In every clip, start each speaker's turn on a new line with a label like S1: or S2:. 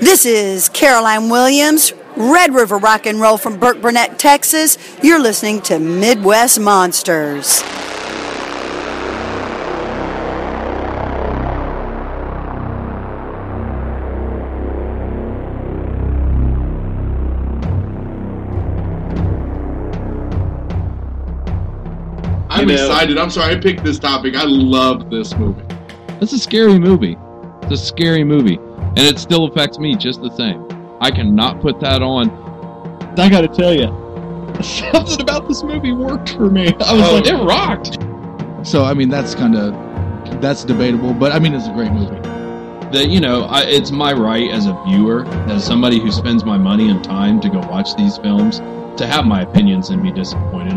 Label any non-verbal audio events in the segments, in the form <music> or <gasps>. S1: This is Caroline Williams, Red River Rock and Roll from Burke Burnett, Texas. You're listening to Midwest Monsters.
S2: I'm
S3: You know-
S2: excited. I'm sorry I picked this topic. I love this movie.
S3: It's a scary movie. It's a scary movie. And it still affects me just the same. I cannot put that on. I gotta tell you, <laughs> something about this movie worked for me. I was
S2: Oh.
S3: like, it rocked.
S4: So I mean, that's kind of that's debatable, but I mean, it's a great movie.
S3: That, you know, I, it's my right as a viewer, as somebody who spends my money and time to go watch these films, to have my opinions and be disappointed.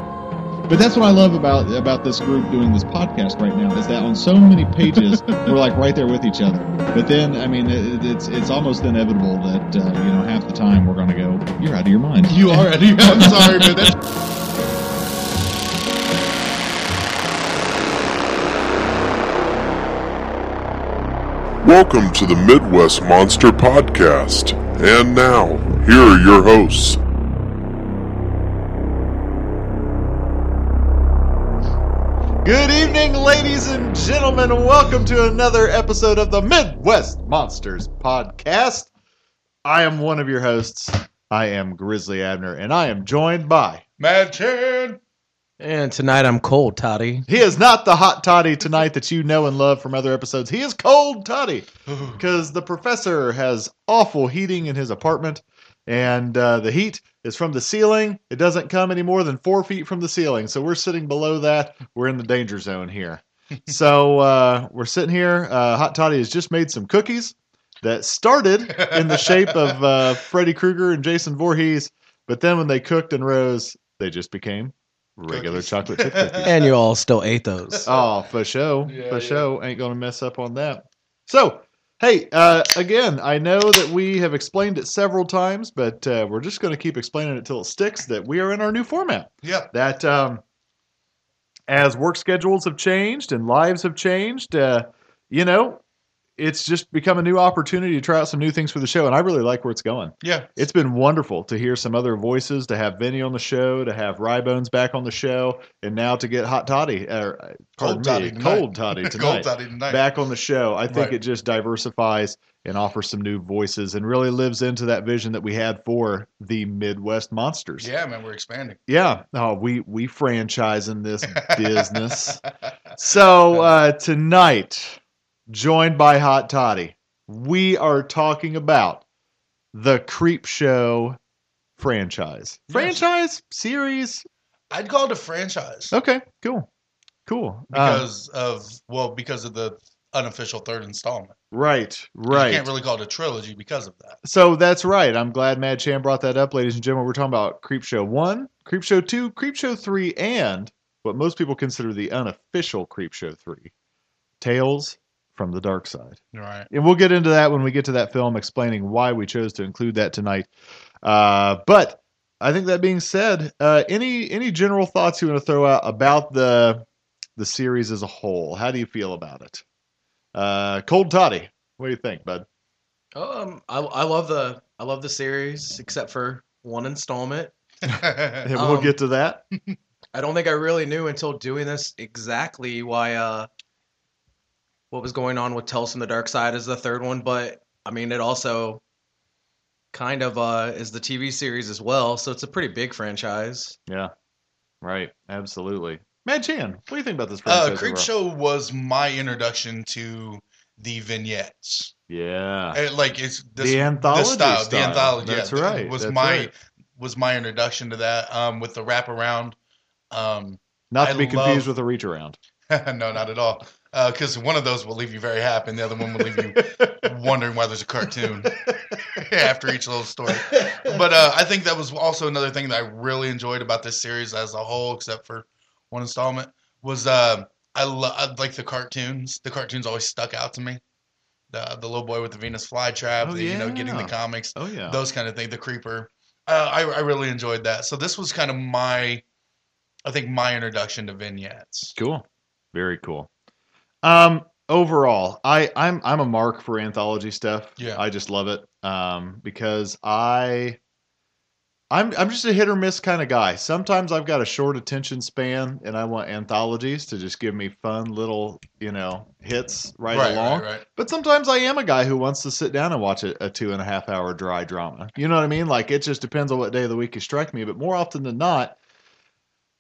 S5: But that's what I love about about this group doing this podcast right now is that on so many
S3: <laughs>
S5: pages we're like right there with each other. But then I mean it, it's it's almost inevitable that uh, you know half the time we're going to go you're out of your mind.
S2: You are. I'm sorry, man. That's
S6: Welcome to the Midwest Monster Podcast. And now, here are your hosts.
S5: Good evening, ladies and gentlemen. Welcome to another episode of the Midwest Monsters Podcast. I am one of your hosts. I am Grizzly Abner, and I am joined by.
S2: Mad Chan.
S7: And tonight I'm cold, Toddy.
S5: He is not the hot toddy tonight that you know and love from other episodes. He is cold toddy because the professor has awful heating in his apartment, and uh, the heat is from the ceiling. It doesn't come any more than four feet from the ceiling, so we're sitting below that. We're in the danger zone here. so uh, we're sitting here. Uh, hot toddy has just made some cookies that started in the shape of uh, Freddy Krueger and Jason Voorhees, but then when they cooked and rose, they just became regular
S2: Cookies.
S5: chocolate chip cookies.
S7: And you all still ate
S8: <laughs>
S7: those.
S8: Um,
S5: Oh, for sure.
S2: Yeah,
S5: for
S2: yeah.
S5: sure. Ain't going to mess up on that. So, hey, uh, again, I know that we have explained it several times, but uh, we're just going to keep explaining it till it sticks that we are in our new format.
S2: Yep.
S5: That um, as work schedules have changed and lives have changed, uh, you know, it's just become a new opportunity to try out some new things for the show. And I really like where it's going
S2: Yeah.
S5: it's been wonderful to hear some other voices, to have Vinny on the show, to have Rybones back on the show, and now to get Hot Toddy, or uh, pardon
S2: Cold Toddy
S5: me,
S2: tonight.
S5: Cold
S2: <laughs>
S5: Toddy tonight,
S2: Gold out of tonight.
S5: back on the show. I think
S2: Right.
S5: it just diversifies and offers some new voices and really lives into that vision that we had for the Midwest Monsters.
S2: Yeah, man. We're expanding.
S5: Yeah. Oh, we we franchising
S2: <laughs>
S5: this business. So uh, tonight, joined by Hot Toddy, we are talking about the Creep Show franchise.
S2: Yes.
S5: Franchise series.
S2: I'd call it a franchise
S5: Okay, cool, cool. Uh,
S2: because of well, because of the unofficial third installment.
S5: right,
S2: You
S5: right.
S2: can't really call it a trilogy because of that.
S5: so that's right. I'm glad Mad Chan brought that up, ladies and gentlemen. We're talking about Creep Show One, Creep Show Two, Creep Show Three, and what most people consider the unofficial Creep Show Three, Tales from the Dark Side. <laughs>
S2: Right.
S5: and we'll get into that when we get to that film, explaining why we chose to include that tonight. Uh, but I think that being said, uh, any any general thoughts you want to throw out about the the series as a whole? How do you feel about it? Uh, Cold Toddy, what do you think, bud?
S7: Um, I, I love the I love the series except for one installment.
S2: Uh,
S5: And we'll
S7: Um,
S5: get to that.
S7: I don't think I really knew until doing this exactly why uh what was going on with Tales from the Dark Side is the third one, but I mean it also kind of uh is the TV series as well, so it's a pretty big franchise.
S5: Yeah, right, absolutely. Mad Chan, what do you think about this?
S2: uh,
S5: franchise
S2: Creep
S5: overall?
S2: Show was my introduction to the vignettes.
S5: Yeah,
S2: Uh, Like it's this,
S5: the anthology
S2: this style, the anthology.
S5: That's
S2: yeah, th-
S5: right.
S2: Was
S5: that's
S2: my
S5: right.
S2: was my introduction to that um, with the wraparound. Um,
S5: not to
S2: I
S5: be confused
S2: love-
S5: with a reach around.
S2: <laughs> no, not at all. Because one of those will leave you very happy, and the other one will leave you
S5: <laughs>
S2: wondering why there's a cartoon <laughs> after each little story. But uh, I think that was also another thing that I really enjoyed about this series as a whole, except for one installment, was uh, I love like the cartoons. The cartoons always stuck out to me. The the little boy with the Venus flytrap,
S5: Oh,
S2: the, you know, getting the
S5: yeah.
S2: comics
S5: Oh yeah,
S2: those kind of things. The creeper. Uh, I I really enjoyed that. So this was kind of my, I think my introduction to vignettes.
S5: Cool. Very cool. Um,
S8: overall, I I'm I'm a mark for anthology stuff.
S2: Yeah.
S8: I just love it um, because I I'm I'm just a hit or miss kind of guy. Sometimes I've got a short attention span, and I want anthologies to just give me fun little you know hits right, along.
S2: right, right.
S8: But sometimes I am a guy who wants to sit down and watch a, a two and a half hour dry drama. You know what I mean? Like it just depends on what day of the week you strike me. But more often than not,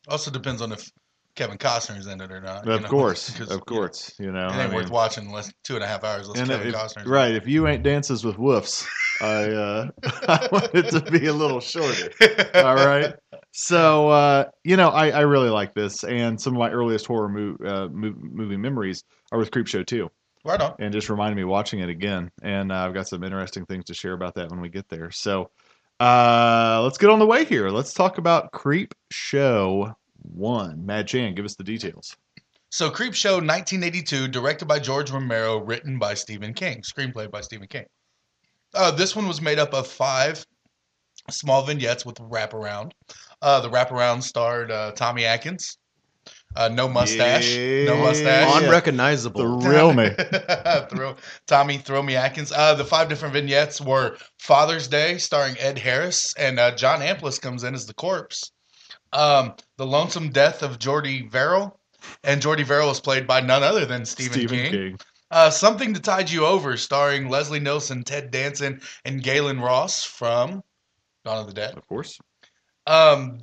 S2: Also depends on if Kevin Costner's in it or not. you
S8: of
S2: know,
S8: course,
S2: <laughs> 'cause,
S8: of course, you know,
S2: It
S8: I
S2: ain't worth
S8: mean-
S2: watching unless two and a half hours. Unless
S8: And
S2: Kevin
S8: if-
S2: Costner's in it.
S8: right, if you ain't dances with woofs, I uh, <laughs> I want it to be a little shorter. All right. So uh, you know, I, I really like this, and some of my earliest horror mo- uh, mo- movie memories are with Creepshow too,
S2: <laughs> Right on.
S8: and just reminded me watching it again. And uh, I've got some interesting things to share about that when we get there. So uh, let's get on the way here. Let's talk about Creep Show One. Mad Chan, give us the details.
S2: So, Creep Show 1982, directed by George Romero, written by Stephen King, screenplay by Stephen King. Uh, this one was made up of five small vignettes with wraparound. Uh, the wraparound starred uh, Tommy Atkins. Uh, no mustache. No mustache.
S8: Yeah. The
S7: Unrecognizable.
S2: <laughs>
S8: real me.
S2: Throw, Tommy Throw Me Atkins. Uh, the five different vignettes were Father's Day, starring Ed Harris, and uh, John Amplis comes in as the corpse. Um, the Lonesome Death of Jordy Verrill, and Jordy Verrill is played by none other than Stephen, King. Uh, Something to Tide You Over, starring Leslie Nielsen, Ted Danson, and Galen Ross from Dawn of the Dead.
S8: of course.
S2: Um,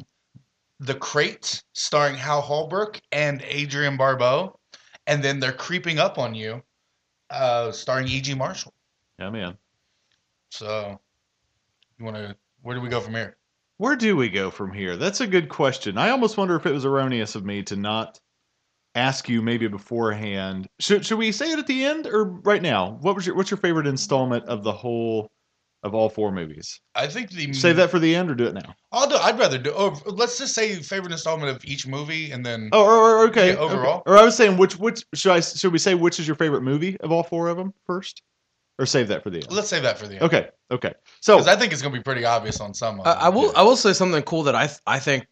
S2: The Crate, starring Hal Holbrook and Adrian Barbeau, and then They're Creeping Up on You, uh, starring E.G. Marshall.
S8: Yeah, man.
S2: So, you want to? Where do we go from here?
S8: Where do we go from here? That's a good question. I almost wonder if it was erroneous of me to not ask you maybe beforehand. Should should we say it at the end or right now? What was your what's your favorite installment of the whole of all four movies?
S2: I think the
S8: Save that for the end or do it now?
S2: I'll do, I'd rather do. Oh, let's just say favorite installment of each movie, and then
S8: Oh, or, or- okay.
S2: Yeah, overall.
S8: okay. Or I was saying which which should I should we say which is your favorite movie of all four of them first, or save that for the end?
S2: let's save that for the end.
S8: Okay. Okay. So
S2: Because I think it's gonna be pretty obvious on some. Of
S7: Oh, I,
S2: them.
S7: Uh, I will. I will say something cool that I th- I think,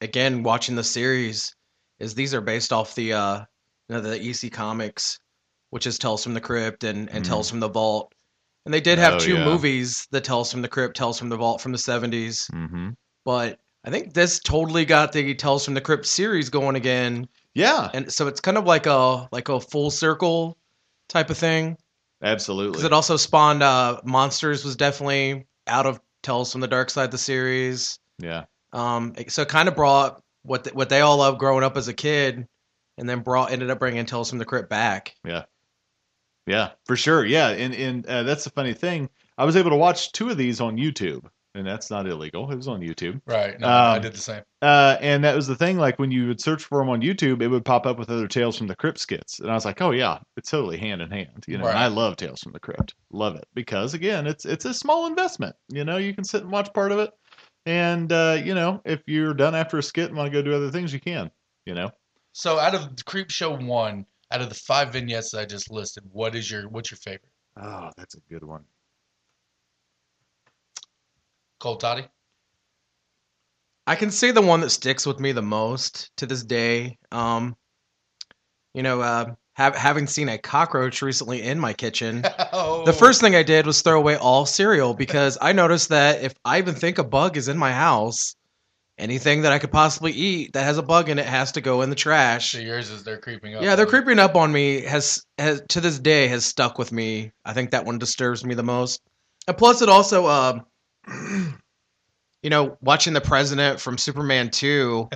S7: again, watching the series, is these are based off the uh, you know, the EC comics, which is Tells from the Crypt and and
S8: Mm.
S7: Tells from the Vault, and they did have
S8: Oh,
S7: two
S8: yeah.
S7: movies: the Tells from the Crypt, Tells from the Vault from the '70s.
S8: hmm
S7: But I think this totally got the Tells from the Crypt series going again,
S8: yeah,
S7: and so it's kind of like a like a full circle type of thing. Because
S8: absolutely.
S7: it also spawned uh, Monsters was definitely out of Tells from the Dark Side the series.
S8: yeah.
S7: Um, it- so it kind of brought what th- what they all loved growing up as a kid, and then brought ended up bringing Tales from the Crypt back.
S8: Yeah, for sure. Yeah, and and uh, that's the funny thing. I was able to watch two of these on YouTube, and that's not illegal. It was on YouTube,
S2: Right. No,
S8: Um,
S2: I did the same.
S8: uh, and that was the thing. Like when you would search for them on YouTube, it would pop up with other Tales from the Crypt skits, and I was like, oh yeah, it's totally hand in hand. You know, and
S2: Right.
S8: I love Tales from the Crypt, love it because again, it's it's a small investment. You know, you can sit and watch part of it, and uh, you know, if you're done after a skit and want to go do other things, you can. You know,
S2: So, out of Creep Show one, out of the five vignettes that I just listed, what is your what's your favorite?
S8: oh, that's a good one.
S2: Cold Toddy. <laughs>
S7: I can say the one that sticks with me the most to this day. Um, you know, uh, have, having seen a cockroach recently in my kitchen,
S2: oh.
S7: the first thing I did was throw away all cereal because I noticed that if I even think a bug is in my house, anything that I could possibly eat that has a bug in it has to go in the trash.
S2: So yours is they're creeping up.
S7: Yeah, they're
S2: on you.
S7: creeping up on me. Has has to this day has stuck with me. I think that one disturbs me the most. And plus, it also, um, <clears throat> you know, watching the president from Superman two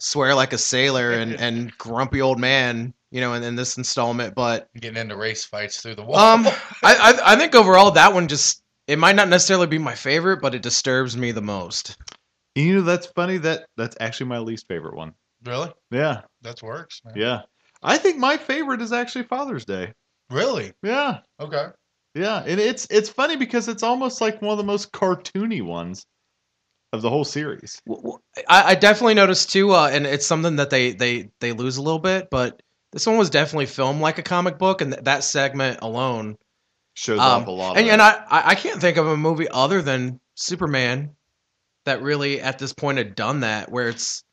S7: swear like a sailor and and grumpy old man. You know, in, in this installment, but
S2: Getting into race fights through the wall.
S7: um, I, I I think overall that one just it might not necessarily be my favorite, but it disturbs me the most.
S8: And you know, that's funny. That that's actually my least favorite one.
S2: <laughs> really?
S8: Yeah.
S2: That's works. Man.
S8: Yeah. I think my favorite is actually Father's Day.
S2: Really?
S8: Yeah.
S2: Okay.
S8: Yeah. And it's it's funny because it's almost like one of the most cartoony ones of the whole series.
S7: W- w- I, I definitely noticed too, uh, and it's something that they they they lose a little bit, but this one was definitely filmed like a comic book, and th- that segment alone,
S8: Shows
S7: Um,
S8: off a lot
S7: and
S8: of
S7: and I I I can't think of a movie other than Superman that really at this point had done that, where it's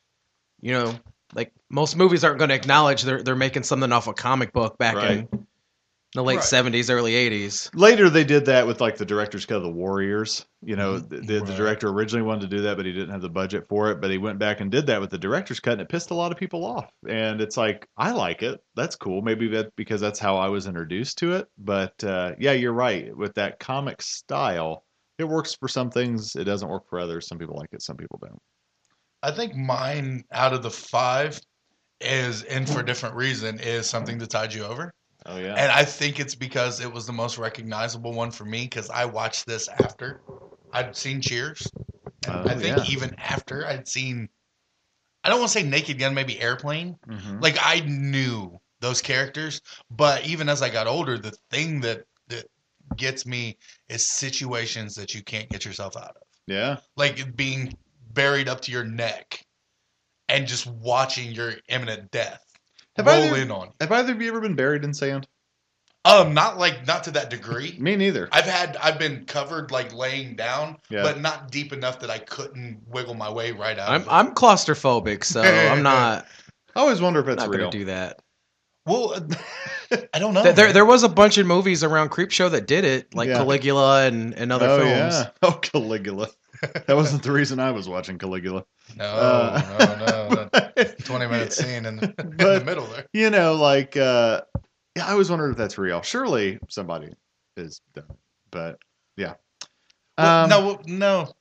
S7: you know like most movies aren't going to acknowledge they're they're making something off a comic book back
S8: Right.
S7: in the late
S2: Right.
S7: '70s, early '80s.
S8: Later, they did that with like the director's cut of the Warriors. You know, the, the, the
S2: Right.
S8: director originally wanted to do that, but he didn't have the budget for it. But he went back and did that with the director's cut, and it pissed a lot of people off. And it's like, I like it. That's cool. Maybe that because that's how I was introduced to it. But uh, yeah, you're right. With that comic style, it works for some things. It doesn't work for others. Some people like it. Some people don't.
S2: I think mine out of the five is, and for a different reason, is something that tied you over.
S8: Oh yeah.
S2: And I think it's because it was the most recognizable one for me because I watched this after I'd seen Cheers. And
S8: Oh,
S2: I think
S8: yeah.
S2: even after I'd seen, I don't want to say Naked Gun, maybe Airplane.
S8: Mhm.
S2: Like I knew those characters, but even as I got older, the thing that that gets me is situations that you can't get yourself out of
S8: Yeah.
S2: like being buried up to your neck and just watching your imminent death
S8: Have
S2: roll
S8: either-
S2: in on you.
S8: Have either of you ever been buried in sand?
S2: Um, not like not to that degree.
S8: Me neither.
S2: I've had I've been covered like laying down,
S8: Yeah.
S2: Uh, but not deep enough that I couldn't wiggle my way right out.
S7: I'm
S2: of it.
S7: I'm claustrophobic, so
S8: <laughs>
S7: I'm not
S8: I always wonder if it's
S7: not
S8: real.
S7: going to do that.
S2: well, <laughs> I don't know.
S7: Th- there
S2: man.
S7: there was a bunch of movies around Creepshow that did it, like
S8: Oh. Yeah.
S7: Caligula and, and other
S8: oh,
S7: films.
S8: Yeah. <laughs> Oh, Caligula. <laughs> That wasn't the reason I was
S2: <laughs>
S8: watching Caligula.
S2: no,
S8: Uh,
S2: no, no, no. Twenty minute scene in the, <laughs> in the
S8: <laughs> But-
S2: middle there.
S8: you know, like, uh, yeah, I always wondered if that's real. Surely somebody is done, it, but yeah.
S2: Well,
S8: Um,
S2: no, well, no.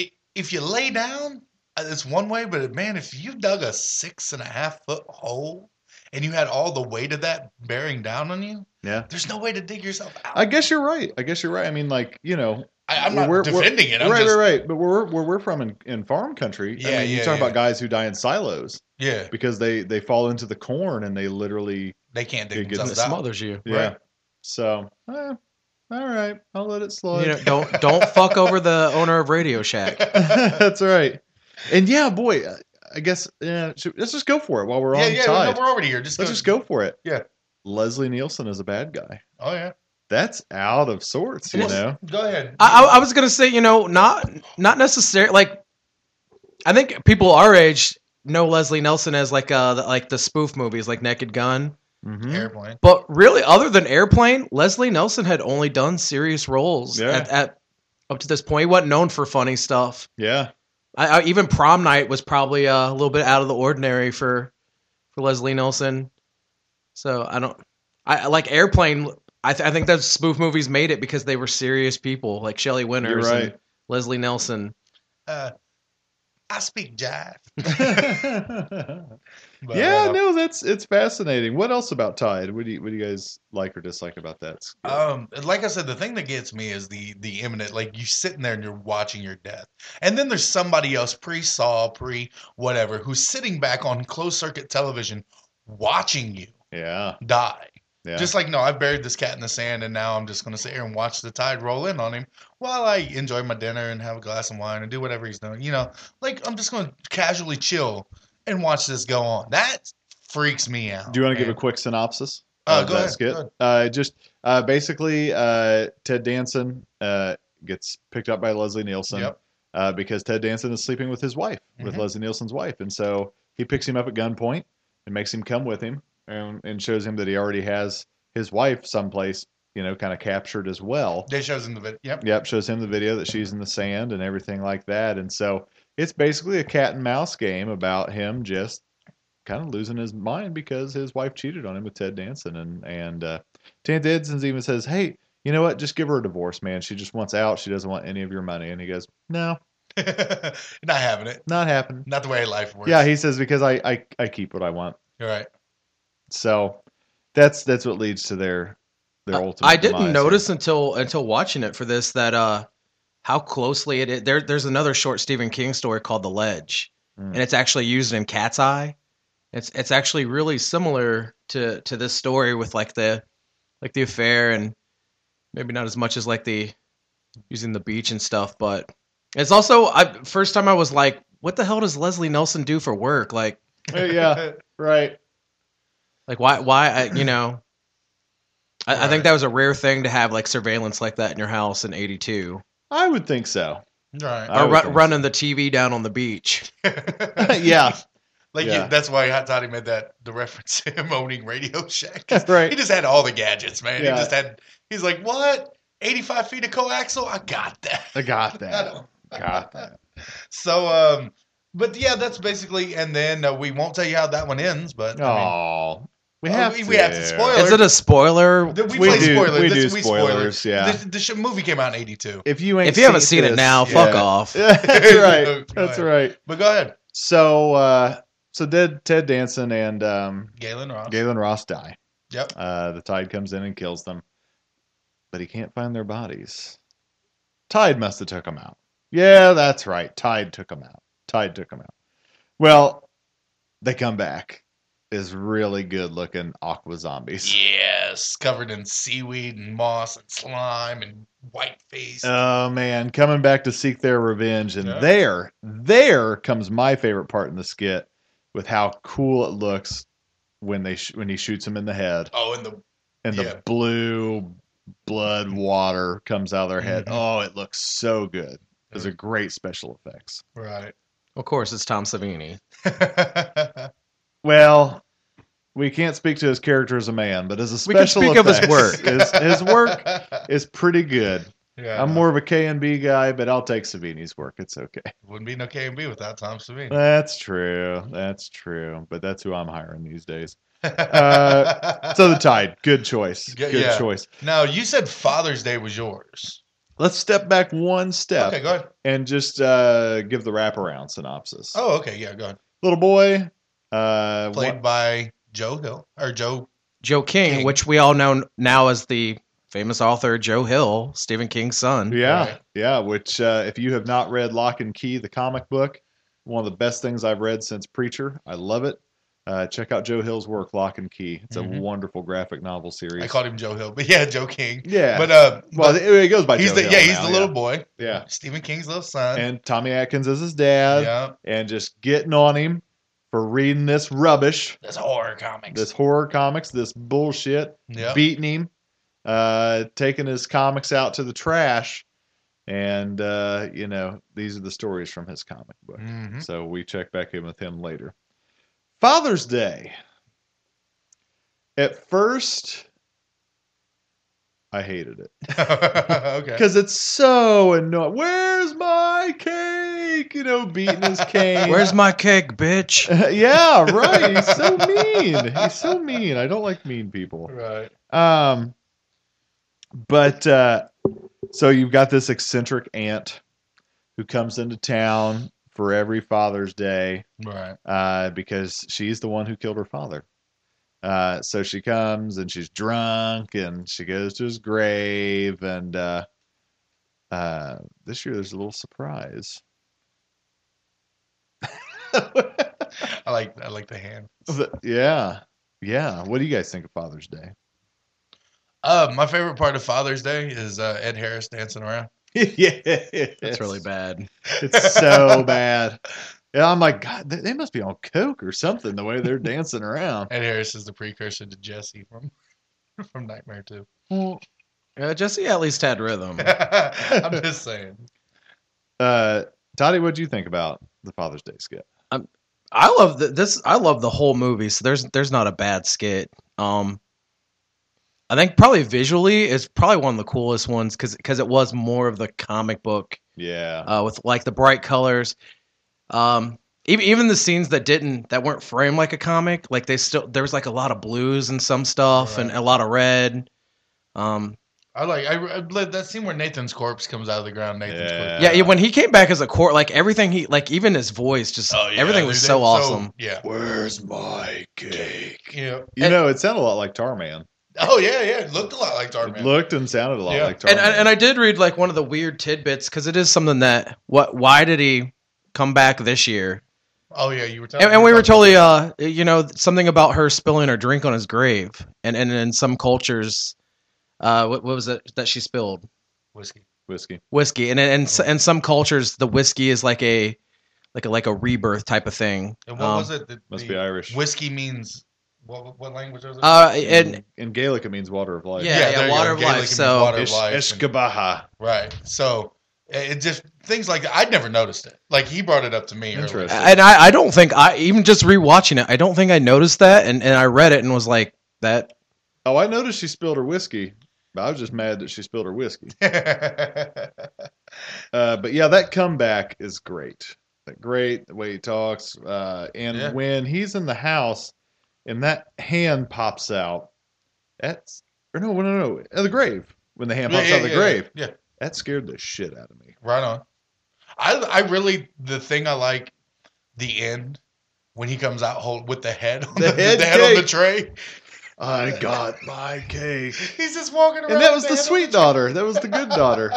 S2: I if you lay down, uh, it's one way, but man, if you dug a six and a half foot hole and you had all the weight of that bearing down on you,
S8: Yeah.
S2: there's no way to dig yourself out.
S8: I guess you're right. I guess you're right. I mean, like, you know,
S2: I, I'm
S8: Well,
S2: not
S8: we're- we're-
S2: defending it. I'm
S8: right,
S2: just,
S8: right, right. But where, we're- where we're from in, in farm country, I
S2: Yeah,
S8: mean, you
S2: yeah,
S8: talk
S2: yeah.
S8: about guys who die in silos
S2: yeah,
S8: because they, they fall into the corn and they literally,
S2: they can't
S8: It
S2: dig
S8: gets-
S7: And it
S2: themselves out.
S7: smothers you.
S8: yeah. So, eh, all right, I'll let it slide. <laughs>
S7: You know, don't don't fuck over the owner of Radio Shack.
S8: That's right. And yeah, boy, I- I guess yeah, should, let's just go for it while we're
S2: Yeah,
S8: on
S2: yeah,
S8: tide.
S2: no, we're already here. Just
S8: let's just go for it.
S2: Yeah.
S8: Leslie Nielsen is a bad guy.
S2: Oh yeah,
S8: That's out of sorts, you
S7: Yes.
S8: know.
S2: go ahead.
S7: I, I, I was gonna say, you know, not not necessarily. Like, I think people our age know Leslie Nelson as like uh the, like the spoof movies, like Naked Gun.
S8: Mhm.
S2: Airplane.
S7: But really, other than Airplane, Leslie Nelson had only done serious roles
S8: Yeah.
S7: at, at up to this point. He wasn't known for funny stuff.
S8: Yeah,
S7: I, I, even Prom Night was probably uh, a little bit out of the ordinary for for Leslie Nelson. So I don't. I I like Airplane. I, th- I think those spoof movies made it because they were serious people like Shelley
S8: you're
S7: Winters and
S8: right. <laughs>
S7: Leslie Nelson.
S2: Uh, I speak jive. <laughs>
S8: yeah,
S2: <laughs> But, uh,
S8: no, that's it's fascinating. What else about Tide? What do you what do you guys like or dislike about that?
S2: Um, like I said, the thing that gets me is the the imminent. Like you sitting there and you're watching your death, and then there's somebody else pre Saw, pre whatever, who's sitting back on closed circuit television, watching you
S8: yeah,
S2: die.
S8: yeah,
S2: Just like no, I buried this cat in the sand, and now I'm just gonna sit here and watch the tide roll in on him while I enjoy my dinner and have a glass of wine and do whatever he's doing. You know, like I'm just gonna casually chill and watch this go on. That freaks me out.
S8: Do you want to give a
S2: man.
S8: quick synopsis?
S2: Uh,
S8: of
S2: go
S8: that
S2: ahead,
S8: skit?
S2: go ahead.
S8: Uh, just uh, basically, uh, Ted Danson uh, gets picked up by Leslie Nielsen
S2: Yep.
S8: uh, because Ted Danson is sleeping with his wife, with
S2: Mhm.
S8: Leslie Nielsen's wife, and so he picks him up at gunpoint and makes him come with him and, and shows him that he already has his wife someplace, you know, kind of captured as well.
S2: That shows in the video. Yep. <laughs>
S8: Yep, shows him the video that she's in the sand and everything like that. And so it's basically a cat and mouse game about him just kind of losing his mind because his wife cheated on him with Ted Danson. And and uh, Ted Danson even says, "Hey, you know what? Just give her a divorce, man. She just wants out. She doesn't want any of your money." And he goes, "No,
S2: Not having it.
S8: not happening."
S2: Not the way life works.
S8: Yeah, he says because I I, I keep what I want.
S2: You're right.
S8: So that's that's what leads to their their
S7: I,
S8: ultimate.
S7: I didn't
S8: demise here.
S7: notice until until watching it for this that uh how closely it is. There, there's another short Stephen King story called The Ledge,
S8: Mm.
S7: and it's actually used in Cat's Eye. It's it's actually really similar to to this story with like the like the affair and maybe not as much as like the using the beach and stuff, but it's also I first time I was like, what the hell does Leslie Nelson do for work? Like
S8: <laughs> <laughs>
S2: <laughs>
S8: yeah, right.
S7: like why why I,
S8: <clears throat>
S7: you know I, I
S2: Right.
S7: think that was a rare thing to have like surveillance like that in your house in 82
S8: I would think so.
S2: Right.
S8: <laughs> I
S7: or
S8: would
S7: ru-
S8: think so.
S7: <laughs> running the TV down on the beach.
S8: yeah.
S2: Like
S8: Yeah.
S2: you, that's why Hot Toddy made that the reference to him owning Radio Shack.
S8: <laughs> right.
S2: He just had all the gadgets, man.
S8: Yeah.
S2: He just had. He's like, what? Eighty-five feet of coaxial? I got that. <laughs>
S8: I got
S2: I
S8: that.
S2: don't-
S8: Got that.
S2: So, um, but yeah, that's basically. And then uh, we won't tell you how that one ends, but I mean,
S8: Oh, we
S2: Oh,
S8: have
S2: we-
S8: to.
S2: we have to spoil
S7: Is it a spoiler?
S2: th- we,
S8: we
S2: play
S8: do-
S2: spoilers.
S8: we
S2: This-
S8: do
S2: spoilers.
S8: spoilers, yeah.
S2: The, the sh- movie came out in '82.
S8: If you ain't
S7: If you haven't seen it
S8: this-
S7: now, <laughs>
S8: yeah.
S7: fuck off.
S8: Yeah, <laughs> that's right.
S2: Go
S8: That's
S2: ahead.
S8: right.
S2: But go ahead,
S8: So, uh, so did Ted Danson and um,
S2: Galen Ross.
S8: Galen Ross die?
S2: Yep.
S8: Uh, the tide comes in and kills them, but he can't find their bodies. Tide must have took them out. Yeah, that's right. Tide took them out. Tide took them out. Well, they come back. Is really good looking aqua zombies.
S2: Yes, covered in seaweed and moss and slime and white face.
S8: Oh man, coming back to seek their revenge, and
S2: Yeah.
S8: there, there comes my favorite part in the skit with how cool it looks when they sh- when he shoots him in the head,
S2: oh, and the
S8: and
S2: Yeah.
S8: the blue blood
S7: Mm-hmm.
S8: water comes out of their head.
S2: Mhm.
S8: Oh, it looks so good. Those are great special effects.
S2: right.
S7: Of course, it's Tom Savini.
S8: Well, we can't speak to his character as a man, but as a
S7: We can
S8: special
S7: speak of his
S8: effects,
S7: work.
S8: his, his
S7: <laughs>
S8: work is pretty good.
S2: <laughs> Yeah,
S8: I'm more of a K and B guy, but I'll take Savini's work. It's okay.
S2: wouldn't be no K and B without Tom Savini.
S8: That's true. That's true. But that's who I'm hiring
S2: <laughs>
S8: these days. uh, So the tide, good choice.
S2: Yeah,
S8: Good
S2: yeah.
S8: choice.
S2: now you said Father's Day was yours.
S8: Let's step back one step
S2: Okay, go ahead.
S8: and just uh, give the wraparound synopsis.
S2: Oh, okay, yeah, go ahead.
S8: Little boy, uh,
S2: Played
S8: wa-
S2: by Joe Hill or Joe.
S7: Joe King,
S2: King.
S7: which we all know now as the famous author Joe Hill, Stephen King's son.
S8: yeah,
S2: Right.
S8: yeah. Which, uh, if you have not read Lock and Key, the comic book, one of the best things I've read since Preacher. I love it. Uh, check out Joe Hill's work, Lock and Key. It's
S2: Mhm.
S8: a wonderful graphic novel series.
S2: I called him Joe Hill, but <laughs> yeah, Joe King.
S8: yeah,
S2: But uh,
S8: well,
S2: but
S8: it, it goes by
S2: he's
S8: Joe
S2: the
S8: Hill
S2: yeah he's
S8: now,
S2: the little boy.
S8: yeah.
S2: Stephen King's little son.
S8: and uh, Tommy Atkins is his dad,
S2: Uh, yeah,
S8: and just getting on him for reading this rubbish,
S2: that's horror comics.
S8: this horror comics, this bullshit,
S2: yeah,
S8: beating him, uh, taking his comics out to the trash, and uh, you know these are the stories from his comic book.
S2: Mhm.
S8: <laughs> So we check back in with him later. Father's Day. At first, I hated it.
S2: <laughs> okay.
S8: Because it's so annoying. Where's my cake? You know, beating his cane. <laughs>
S7: Where's my cake, bitch?
S8: yeah, right. He's so mean. He's so mean. I don't like mean people.
S2: Right.
S8: Um, but uh, so you've got this eccentric aunt who comes into town for every Father's Day <laughs>
S2: Right.
S8: uh, because she's the one who killed her father. Uh, so she comes and she's drunk and she goes to his grave. And uh, uh, this year there's a little surprise.
S2: I like I like the hand.
S8: <laughs> yeah. Yeah. What do you guys think of Father's <laughs> Day?
S2: Uh, my favorite part of Father's Day is uh, Ed Harris dancing around.
S8: yeah.
S7: That's really bad.
S8: It's so bad. Yeah, I'm like, God, they- they must be on coke or something the way they're dancing around.
S2: Ed Harris is the precursor to Jesse from <laughs> from Nightmare Two. <laughs>
S7: Uh, Jesse at least had rhythm.
S8: <laughs>
S2: I'm just saying.
S8: <laughs> Uh, Toddy, what do you think about the Father's Day skit?
S7: I love the, this. I love the whole movie. So there's there's not a bad skit. Um, I think probably visually it's probably one of the coolest ones because it was more of the comic book
S8: Yeah.
S7: uh, with like the bright colors. Um, even even the scenes that didn't that weren't framed like a comic, like they still there was like a lot of blues and some stuff and
S2: Right.
S7: a lot of red. Um,
S2: I like I, I love that scene where Nathan's corpse comes out of the ground. Nathan's
S8: Yeah.
S2: corpse.
S7: yeah, when he came back as a court, like everything he like even his voice, just
S2: Oh,
S7: everything was
S2: they-
S7: Oh, so
S2: they-
S7: awesome.
S2: yeah.
S8: Where's my cake?
S2: Yeah.
S8: You know, it sounded a lot like Tarman.
S2: Oh yeah, yeah. It looked a lot like Dark
S8: It looked and sounded a lot
S2: Yeah.
S8: like Tarman.
S7: and and and I did read like one of the weird tidbits because it is something that what why did he come back this year?
S2: Oh yeah, you were telling.
S7: And, and we were totally uh you know something about her spilling her drink on his grave, and and in some cultures, uh what, what was it that she spilled
S2: whiskey.
S8: Whiskey.
S7: whiskey, and and and, and some cultures the whiskey is like a like a like a rebirth type of thing.
S2: And what
S7: Um,
S2: was it? That
S8: Must
S2: the
S8: be Irish.
S2: Whiskey means what? What language was it?
S7: Uh, and
S8: in Gaelic, it means water of life.
S7: yeah, yeah,
S2: there you go.
S7: water of
S2: Gaelic
S7: life,
S2: means
S7: so-
S2: water of
S8: Ish,
S2: life. and-
S8: Ishkabaha.
S2: right. So it it just things like that. I'd never noticed it. Like he brought it up to me. earlier.
S8: Interesting.
S7: And I, I don't think I even just rewatching it, I don't think I noticed that. And, and I read it and was like, that
S8: Oh, I noticed she spilled her whiskey. I was just mad that she spilled her whiskey. Uh, but yeah, that comeback is great. That Great the way he talks. Uh, and
S2: Yeah.
S8: when he's in the house and that hand pops out, that's or no, no, no, no, at the grave. When the hand pops out of the grave,
S2: Yeah,
S8: that scared the shit out of me.
S2: right on. I I really the thing I like the end when he comes out hold with the head on the,
S8: The head
S2: the head on the
S8: cake.
S2: tray. <laughs>
S8: I got my cake.
S2: He's just walking around.
S8: And that was
S2: with
S8: the
S2: head on
S8: sweet daughter. That was the
S2: <laughs>
S8: good daughter.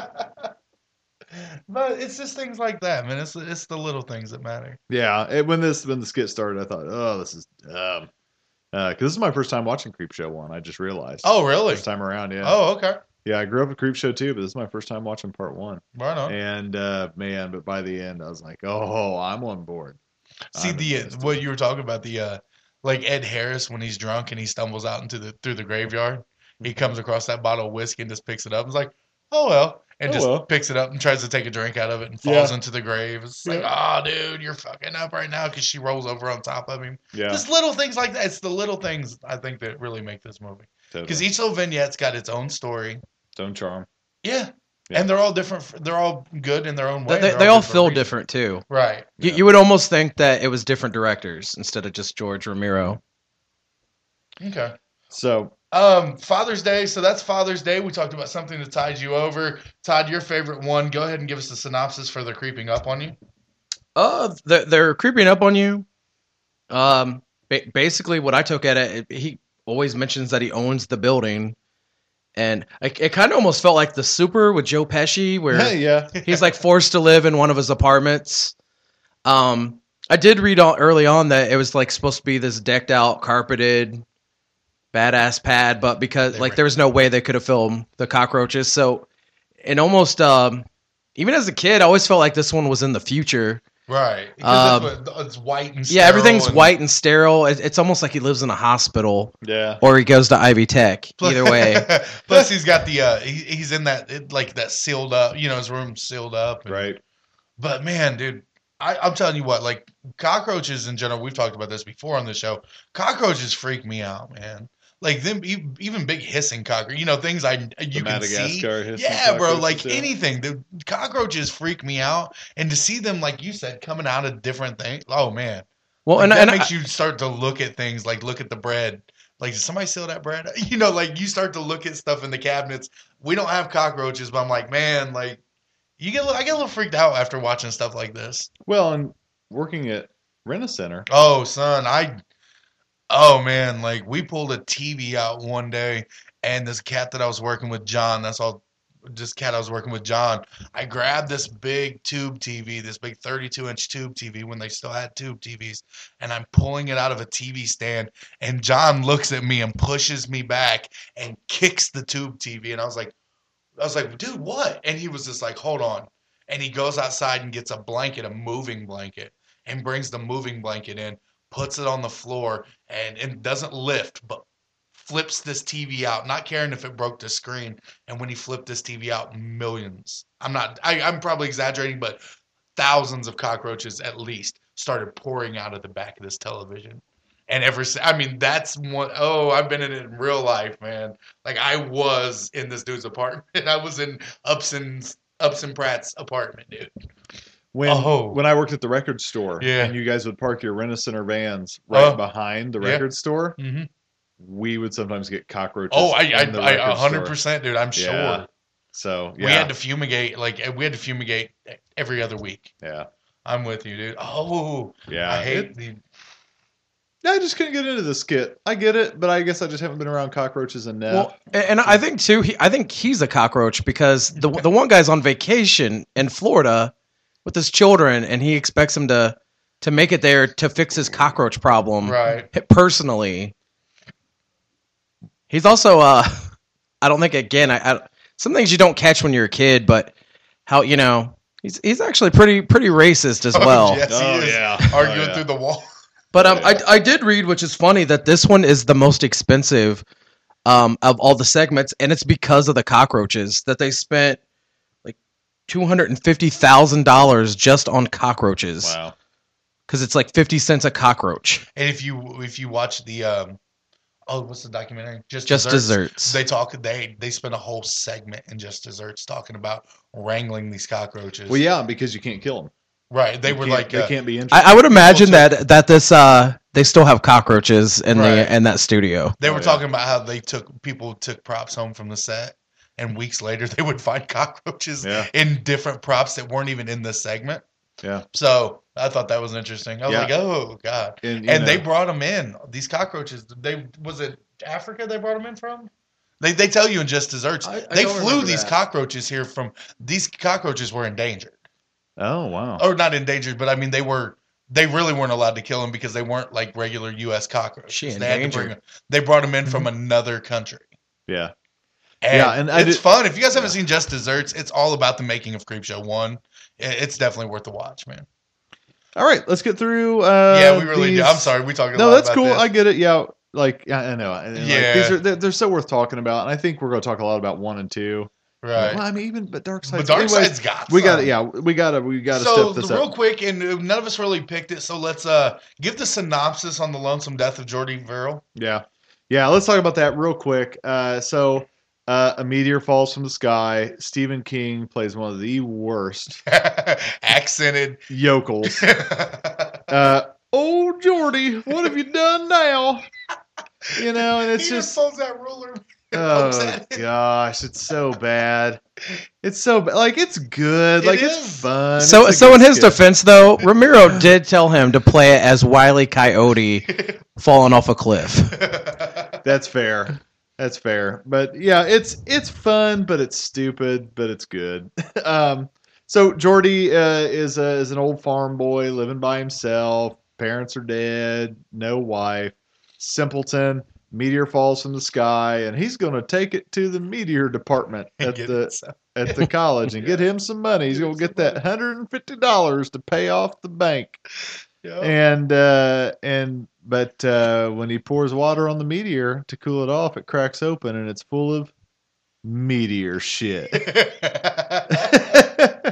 S2: But it's just things like that, man. It's it's the little things that matter.
S8: Yeah, it, when this when the skit started, I thought, oh, this is dumb. Because this is my first time watching Creep Show one. I just realized.
S2: Oh, really?
S8: First time around, yeah.
S2: Oh, okay.
S8: Yeah, I grew up with Creep Show too, but this is my first time watching part one.
S2: Right on.
S8: And uh, man, but by the end, I was like, oh, I'm on board.
S2: See
S8: I'm
S2: the uh,
S8: interested.
S2: what you were talking about the uh like Ed Harris when he's drunk and he stumbles out into the through the graveyard. He
S8: Mm-hmm.
S2: comes across that bottle of whiskey and just picks it up. and is like, oh well, and
S8: Oh,
S2: just
S8: well.
S2: picks it up and tries to take a drink out of it and falls
S8: Yeah.
S2: into the grave. It's like, oh dude, you're fucking up right now because she rolls over on top of him.
S8: Yeah,
S2: Just little things like that. It's the little things I think that really make this movie because
S8: totally.
S2: each little vignette's got its own story.
S8: Its own charm.
S2: Yeah.
S8: Yeah.
S2: And they're all different. f- They're all good in their own way.
S7: they,
S2: and
S7: they,
S2: they're
S7: all
S2: good for a
S7: feel
S2: reason.
S7: different too.
S2: Right.
S7: You, you would almost think that it was different directors instead of just George Romero.
S2: Okay.
S8: So
S2: Um, Father's Day. So that's Father's Day. We talked about something that tied you over. Todd, your favorite one. Go ahead and give us the synopsis for the creeping up on you.
S7: Uh, they're, they're creeping up on you. Um, ba- basically, what I took at it, it- he always mentions that he owns the building, and I, it kind of almost felt like the Super with Joe Pesci, where
S8: yeah,
S2: <laughs>
S8: yeah,
S7: he's like forced to live in one of his apartments. Um, I did read on, early on that it was like supposed to be this decked out, carpeted, badass pad, but because
S2: They
S7: like
S2: were-
S7: there was no way they could have filmed the cockroaches, so and almost um, even as a kid, I always felt like this one was in the future.
S2: Right. Because that's
S7: Um,
S2: what- it's white and
S7: yeah, everything's
S2: sterile and-
S7: white and sterile. It, it's almost like he lives in a hospital
S8: yeah.
S7: or he goes to Ivy Tech. Either way,
S2: <laughs> Plus, he's got the uh, he, he's in that it, like that sealed up. You know, his room sealed up. and-
S8: Right.
S2: But man, dude, I, I'm telling you what, like cockroaches in general, we've talked about this before on the show. Cockroaches freak me out, man. Like them, e- even big hissing cockroach, you know, things I you
S8: the
S2: can see.
S8: Madagascar. hissing
S2: Yeah, bro.
S8: cockroaches,
S2: Like
S8: yeah.
S2: anything, the cockroaches freak me out, and to see them, like you said, coming out of different things. Oh man,
S7: well,
S2: Like,
S7: and,
S2: that
S7: and I-
S2: makes you start to look at things. Like look at the bread. Like did somebody steal that bread? <laughs> You know, like you start to look at stuff in the cabinets. We don't have cockroaches, but I'm like, man, like you get. a little- I get a little freaked out after watching stuff like this.
S8: Well, and working at Rent a Center.
S2: Oh, son, I. Oh man, like we pulled a TV out one day, and this cat that I was working with, John. That's all. This cat I was working with, John. I grabbed this big tube TV, this big 32 inch tube TV when they still had tube TVs, and I'm pulling it out of a TV stand. And John looks at me and pushes me back and kicks the tube TV. And I was like, I was like, dude, what? And he was just like, hold on. And he goes outside and gets a blanket, a moving blanket, and brings the moving blanket in, puts it on the floor, and, and doesn't lift, but flips this TV out, not caring if it broke the screen. And when he flipped this TV out, millions. I'm not, I, I'm probably exaggerating, but thousands of cockroaches at least started pouring out of the back of this television. And ever since, I mean, that's one, oh, I've been in it in real life, man. Like I was in this dude's apartment. <laughs> I was in Upson's Upson Pratt's apartment, dude.
S8: when
S2: Oh.
S8: when I worked at the record store,
S2: Yeah.
S8: and you guys would park your rent a center vans right
S2: Oh.
S8: behind the
S2: Yeah.
S8: record store,
S2: Mm-hmm.
S8: we would sometimes get cockroaches.
S2: Oh, I,
S8: in the
S2: I,
S8: record
S2: I, a hundred
S8: store.
S2: percent, dude. I'm sure
S8: Yeah. So yeah,
S2: we had to fumigate. Like we had to fumigate every other week.
S8: yeah,
S2: I'm with you, dude. Oh,
S8: yeah.
S2: I hate
S8: It-
S2: the.
S8: I just couldn't get into the skit. I get it, but I guess I just haven't been around cockroaches enough.
S7: Well, a- and I think too, he, I think he's a cockroach because the the one guy's on vacation in Florida with his children, and he expects him to to make it there to fix his cockroach problem
S2: Right.
S7: personally. He's also, uh, <laughs> I don't think again, I, I some things you don't catch when you're a kid, but how you know he's he's actually pretty pretty racist <laughs> as well.
S2: <laughs> yes,
S8: <laughs> Oh,
S2: he is
S8: yeah.
S2: arguing
S8: Oh, yeah.
S2: through the wall. <laughs>
S7: But um,
S8: Yeah.
S7: I I did read, which is funny, that this one is the most expensive um, of all the segments, and it's because of the cockroaches that they spent like two hundred and fifty thousand dollars just on cockroaches
S8: Wow.
S7: because it's like fifty cents a cockroach,
S2: And if you if you watch the um, oh, what's the documentary?
S7: just desserts.
S2: They talk. They they spend a whole segment in just desserts talking about wrangling these cockroaches.
S8: Well, yeah, because you can't kill them.
S2: right. They
S8: You
S2: were
S8: can't-
S2: like
S8: they
S2: uh,
S8: can't be injured.
S7: I, I would imagine
S2: Well,
S7: that that this uh they still have cockroaches in
S2: Right.
S7: the in that studio.
S2: they
S8: Oh,
S2: were
S8: yeah.
S2: talking about how they took people took props home from the set, and weeks later <laughs> they would find cockroaches
S8: Yeah.
S2: in different props that weren't even in this segment.
S8: Yeah.
S2: So I thought that was interesting. I was
S8: Yeah.
S2: like, oh god.
S8: you
S2: And they
S8: know,
S2: brought them in. These cockroaches. They was it Africa? They brought them in from. They, they tell you in just desserts.
S7: I- I
S2: they
S7: don't
S2: flew
S7: remember
S2: these
S7: that.
S2: cockroaches here from. These cockroaches were endangered.
S8: oh wow.
S2: or not endangered, but I mean they were they really weren't allowed to kill them because they weren't like regular U.S. cockroaches.
S7: She
S2: they had to bring
S7: endangered.
S2: 'em- They brought them in from
S8: Mm-hmm.
S2: another country.
S8: Yeah.
S2: And
S8: Yeah, and I
S2: it's
S8: did-
S2: fun. If you guys haven't seen Just Desserts, it's all about the making of Creepshow One. It- It's definitely worth the watch, man.
S8: All right, let's get through. Uh,
S2: yeah, we really do.
S8: these-
S2: I'm sorry, we talking. a
S8: No,
S2: lot
S8: that's
S2: about
S8: cool.
S2: this.
S8: I get it. Yeah, like yeah, I know. And, like,
S2: Yeah.
S8: these are they're, they're so worth talking about, and I think we're going to talk a lot about one and two.
S2: right.
S8: Well, I mean, even but Dark Side.
S2: but Dark Side's got
S8: We got
S2: some.
S8: to Yeah, we got to we got to
S2: so
S8: step this
S2: real
S8: up.
S2: quick, and uh, none of us really picked it. So let's uh give the synopsis on the lonesome death of Jordy Verrill. <laughs>
S8: Yeah, yeah. Let's talk about that real quick. Uh, so. Uh, a meteor falls from the sky. Stephen King plays one of the worst
S2: Accented. <laughs>
S8: yokels. Uh, oh, Jordy, what have you done now? You know, and it's
S2: he
S8: just
S2: folds that ruler. <laughs> and pokes
S8: Oh
S2: at <laughs> it.
S8: gosh, it's so bad. It's so bad. Like it's good.
S2: It
S8: like
S2: is.
S8: it's fun.
S7: So,
S8: It's a
S7: so in
S8: good
S7: his
S8: skit.
S7: defense,
S8: <laughs>
S7: though, Ramiro did tell him to play it as Wiley Coyote
S8: <laughs>
S7: falling off a cliff.
S8: that's fair. That's fair. But yeah, it's it's fun, but it's stupid, but it's good. <laughs> um, so Jordy uh, is a, is an old farm boy living by himself. Parents are dead. No wife. Simpleton. Meteor falls from the sky, and he's going to take it to the meteor department at
S2: <laughs> Get
S8: the
S2: it,
S8: <laughs>
S2: so-
S8: at the college
S2: <laughs>
S8: and get him some money. He's gonna get that hundred and fifty dollars to pay off the bank.
S2: yeah.
S8: And uh, and but uh, when he pours water on the meteor to cool it off, it cracks open and it's full of meteor shit.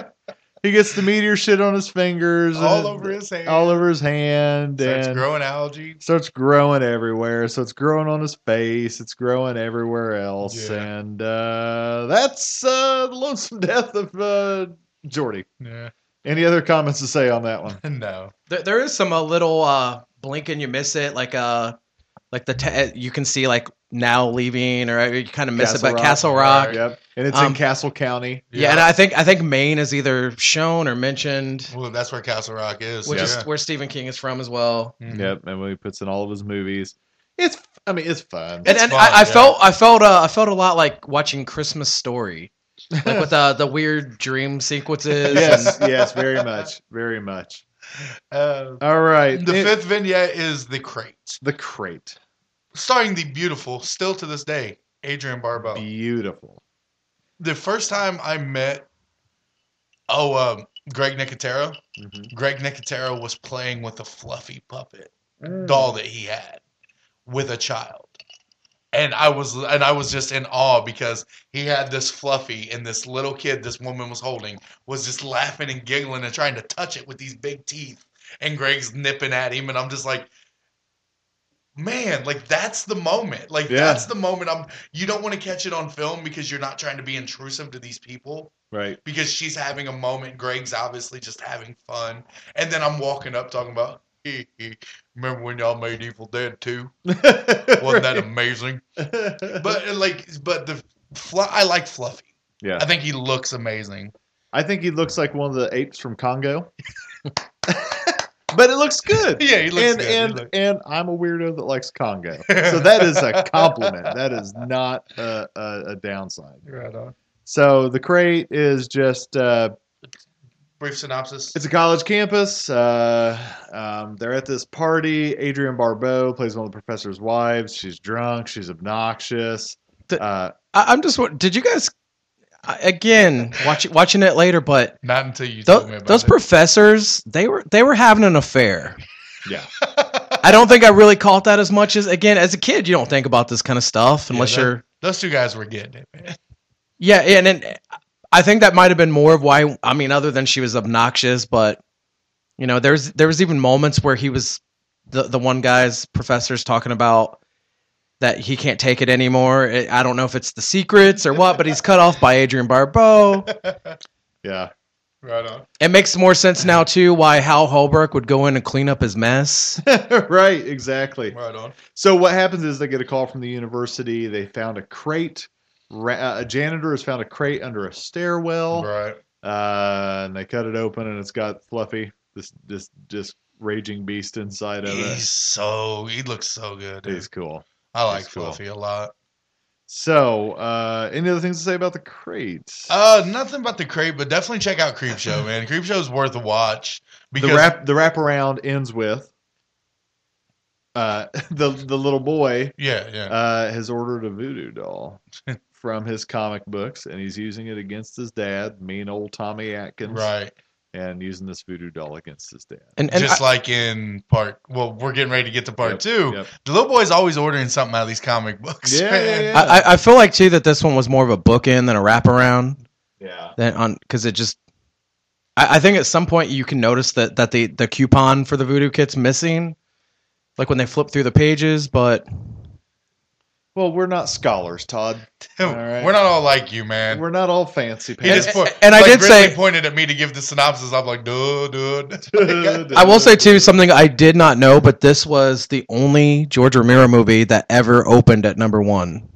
S2: <laughs>
S8: <laughs> he gets the meteor shit on his fingers,
S2: all
S8: and
S2: over his hand.
S8: all over his hand,
S2: Starts
S8: and
S2: growing algae.
S8: starts growing everywhere. So it's growing on his face. It's growing everywhere else.
S2: Yeah.
S8: And uh, that's uh, the lonesome death of uh, Jordy.
S2: Yeah. <laughs>
S8: Any other comments to say on that one?
S2: No.
S7: There, there is some uh, little uh, blink and you miss it, like uh, like the te- you can see like now leaving or uh, you kind of miss
S8: Castle
S7: it, but
S8: Rock.
S7: Castle Rock.
S2: Right.
S8: Yep. And it's in
S7: Um,
S8: Castle County.
S7: Yeah. and I think I think Maine is either shown or mentioned,
S2: Well, that's where Castle Rock is.
S7: which is
S2: yeah.
S7: where Stephen King is from as well.
S2: Mhm.
S8: Yep. And when he puts in all of his movies, it's. I mean, it's
S7: <laughs>
S8: fun.
S7: And,
S2: It's
S7: and
S2: fun,
S7: I, I
S2: yeah.
S7: felt I felt uh, I felt a lot like watching Christmas Story, like with uh, the weird dream
S2: <laughs>
S7: sequences. and-
S8: yes. yes. Very much. Very much.
S2: Uh,
S8: All right.
S2: the
S8: it-
S2: fifth vignette is the crate,
S8: The crate.
S2: starring the beautiful, still to this day, Adrian Barbeau.
S8: Beautiful.
S2: the first time I met, oh, um, Greg Nicotero.
S8: Mhm.
S2: Greg Nicotero was playing with a fluffy puppet doll that he had with a child. And I was and I was just in awe because he had this fluffy and this little kid this woman was holding was just laughing and giggling and trying to touch it with these big teeth. And Greg's nipping at him and I'm just like Man, like that's the moment. Like
S8: Yeah.
S2: that's the moment I'm you don't want to catch it on film because you're not trying to be intrusive to these people
S8: Right.
S2: because she's having a moment. Greg's obviously just having fun. And then I'm walking up talking about, "Hee hee, remember when y'all made Evil Dead 2? Wasn't that amazing?
S8: <laughs>
S2: But uh, like, but the fl- I like Fluffy.
S8: Yeah.
S2: I think he looks amazing.
S8: I think he looks like one of the apes from Congo. <laughs> but it looks
S2: <laughs>
S8: good.
S2: Yeah, <laughs> he looks
S8: and
S2: good. He
S8: and
S2: look-
S8: and I'm a weirdo that likes Congo. So that is a compliment.
S2: <laughs>
S8: that is not a, a, a downside.
S2: Right on.
S8: So the crate is just uh,
S2: Brief synopsis.
S8: it's a college campus. Uh, um, they're at this party. Adrian Barbeau plays one of the professor's wives. She's drunk. She's obnoxious.
S7: The-
S8: Uh,
S7: I, I'm just. wa- Did you guys I- again watch, watching it later? But
S2: Not until you
S7: tho-
S2: told me about
S7: those
S2: it.
S7: professors, they were they were having an affair.
S8: yeah,
S7: I don't think I really caught that as much as again as a kid. You don't think about this kind of stuff
S2: Yeah,
S7: unless
S2: that-
S7: you're
S2: those two guys were getting it, man.
S7: yeah. And, and I think that might have been more of why. I mean, other than she was obnoxious, but you know, there's there was even moments where he was the the one guy's professors talking about that he can't take it anymore. It, I don't know if it's the secrets or what, but he's cut off by Adrian Barbeau.
S8: Yeah. <laughs>
S2: Right on.
S7: It makes more sense now too why Hal Holbrook would go in and clean up his mess.
S8: right. Exactly.
S2: Right on.
S8: So what happens is they get a call from the university. They found a crate. Ra- uh, a janitor has found a crate under a stairwell,
S2: Right.
S8: uh, and they cut it open, and it's got Fluffy, this this this raging beast inside of
S2: He's
S8: it.
S2: so he looks so good. dude.
S8: He's cool.
S2: I like
S8: he's cool.
S2: Fluffy a lot.
S8: So, uh, any other things to say about the crate?
S2: Uh, nothing about the creep, but definitely check out Creep Show, man. Creep Show's worth a watch because
S8: the wrap the wraparound ends with uh, <laughs> the the little boy
S2: yeah, yeah,
S8: uh, has ordered a voodoo doll <laughs> from his comic books, and he's using it against his dad, mean old Tommy Atkins,
S2: right.
S8: and using this voodoo doll against his dad.
S7: And, and
S2: Just
S7: I-
S2: like in part, well, we're getting ready to get to part
S8: Yep,
S2: two. <laughs>
S8: yep.
S2: The little boy's always ordering something out of these comic books.
S8: Yeah,
S2: man.
S8: yeah, yeah.
S7: I, I- I feel like too that this one was more of a bookend than a wraparound.
S8: Yeah,
S7: Than on because it just, I, I think at some point you can notice that that the the coupon for the voodoo kit's missing, like when they flip through the pages. But
S8: well, we're not scholars, Todd. All right.
S2: We're not all like you, man.
S8: We're not all fancy
S2: He
S8: pants.
S2: just point,
S7: and I
S2: like,
S7: did
S2: Grizzly
S7: say-
S2: pointed at me to give the synopsis. I'm like, duh,
S8: <laughs>
S2: duh.
S7: I will say too something I did not know, but this was the only George Romero movie that ever opened at number one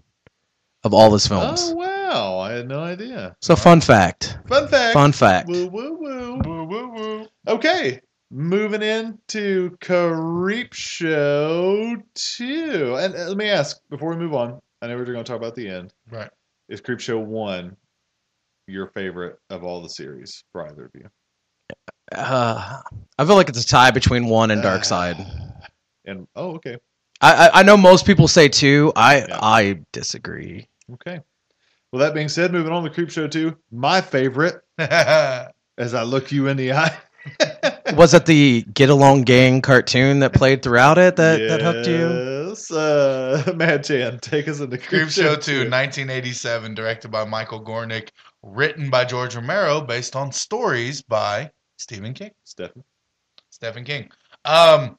S7: of all his films.
S8: Oh wow, I had no idea.
S7: So fun fact.
S8: Fun fact.
S7: Fun fact.
S8: Woo woo woo.
S2: Woo, woo, woo.
S8: Okay, moving into Creep Show 2. And uh, let me ask before we move on, I know we're going to talk about the end.
S2: Right.
S8: Is Creep Show 1 your favorite of all the series for either of you?
S7: Uh, I feel like it's a tie between one and
S8: Ah.
S7: Dark Side.
S8: <sighs> And oh, okay.
S7: I, I I know most people say two. I
S8: Yeah.
S7: I disagree.
S8: Okay. Well, that being said, moving on to Creep Show 2, my favorite <laughs> as I look you in
S7: <laughs>
S8: the eye.
S7: Was it the Get Along Gang cartoon that played throughout it that, that hooked you?
S8: Yes. Uh, <laughs> Mad Chan, take us into Creep,
S2: Creep Show 2, 1987, directed by Michael Gornick, written by George Romero, based on stories by Stephen King.
S8: Stefan.
S2: Stephen King. Um,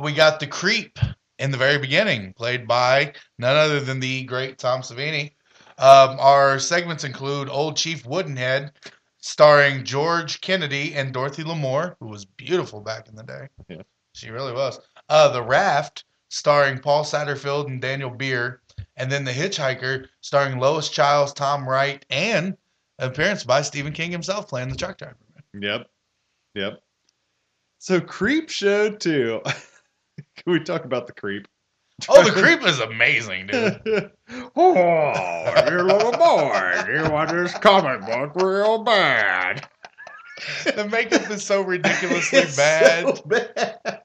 S2: we got the creep in the very beginning, played by none other than the great Tom Savini. Um, our segments include Old Chief Woodenhead, starring George Kennedy and Dorothy L'Amour, who was beautiful back in the day.
S8: Yeah.
S2: She really was. Uh, the Raft, starring Paul Satterfield and Daniel Beer, and then The Hitchhiker, starring Lois Childs, Tom Wright, and appearance by Stephen King himself playing the truck driver.
S8: Yep. Yep. So creep show too. <laughs> Can we talk about the creep? <laughs>
S2: Oh, the creep is amazing, dude.
S8: oh, you little boy, you want this comic book real bad.
S2: <laughs> the makeup is so ridiculously bad.
S8: so bad.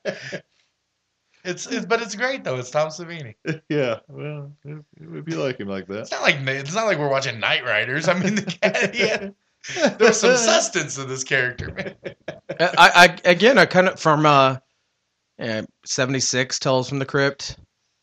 S2: It's, it's but it's great though. It's Tom Savini.
S8: Yeah, well, if, if you like him like
S2: It's
S8: that.
S2: not like it's not like we're watching Night Riders. I mean, <laughs> the cat, <laughs> yeah, there's some substance to this character, man.
S7: I, I again I kind of from uh, uh seventy six Tales from the Crypt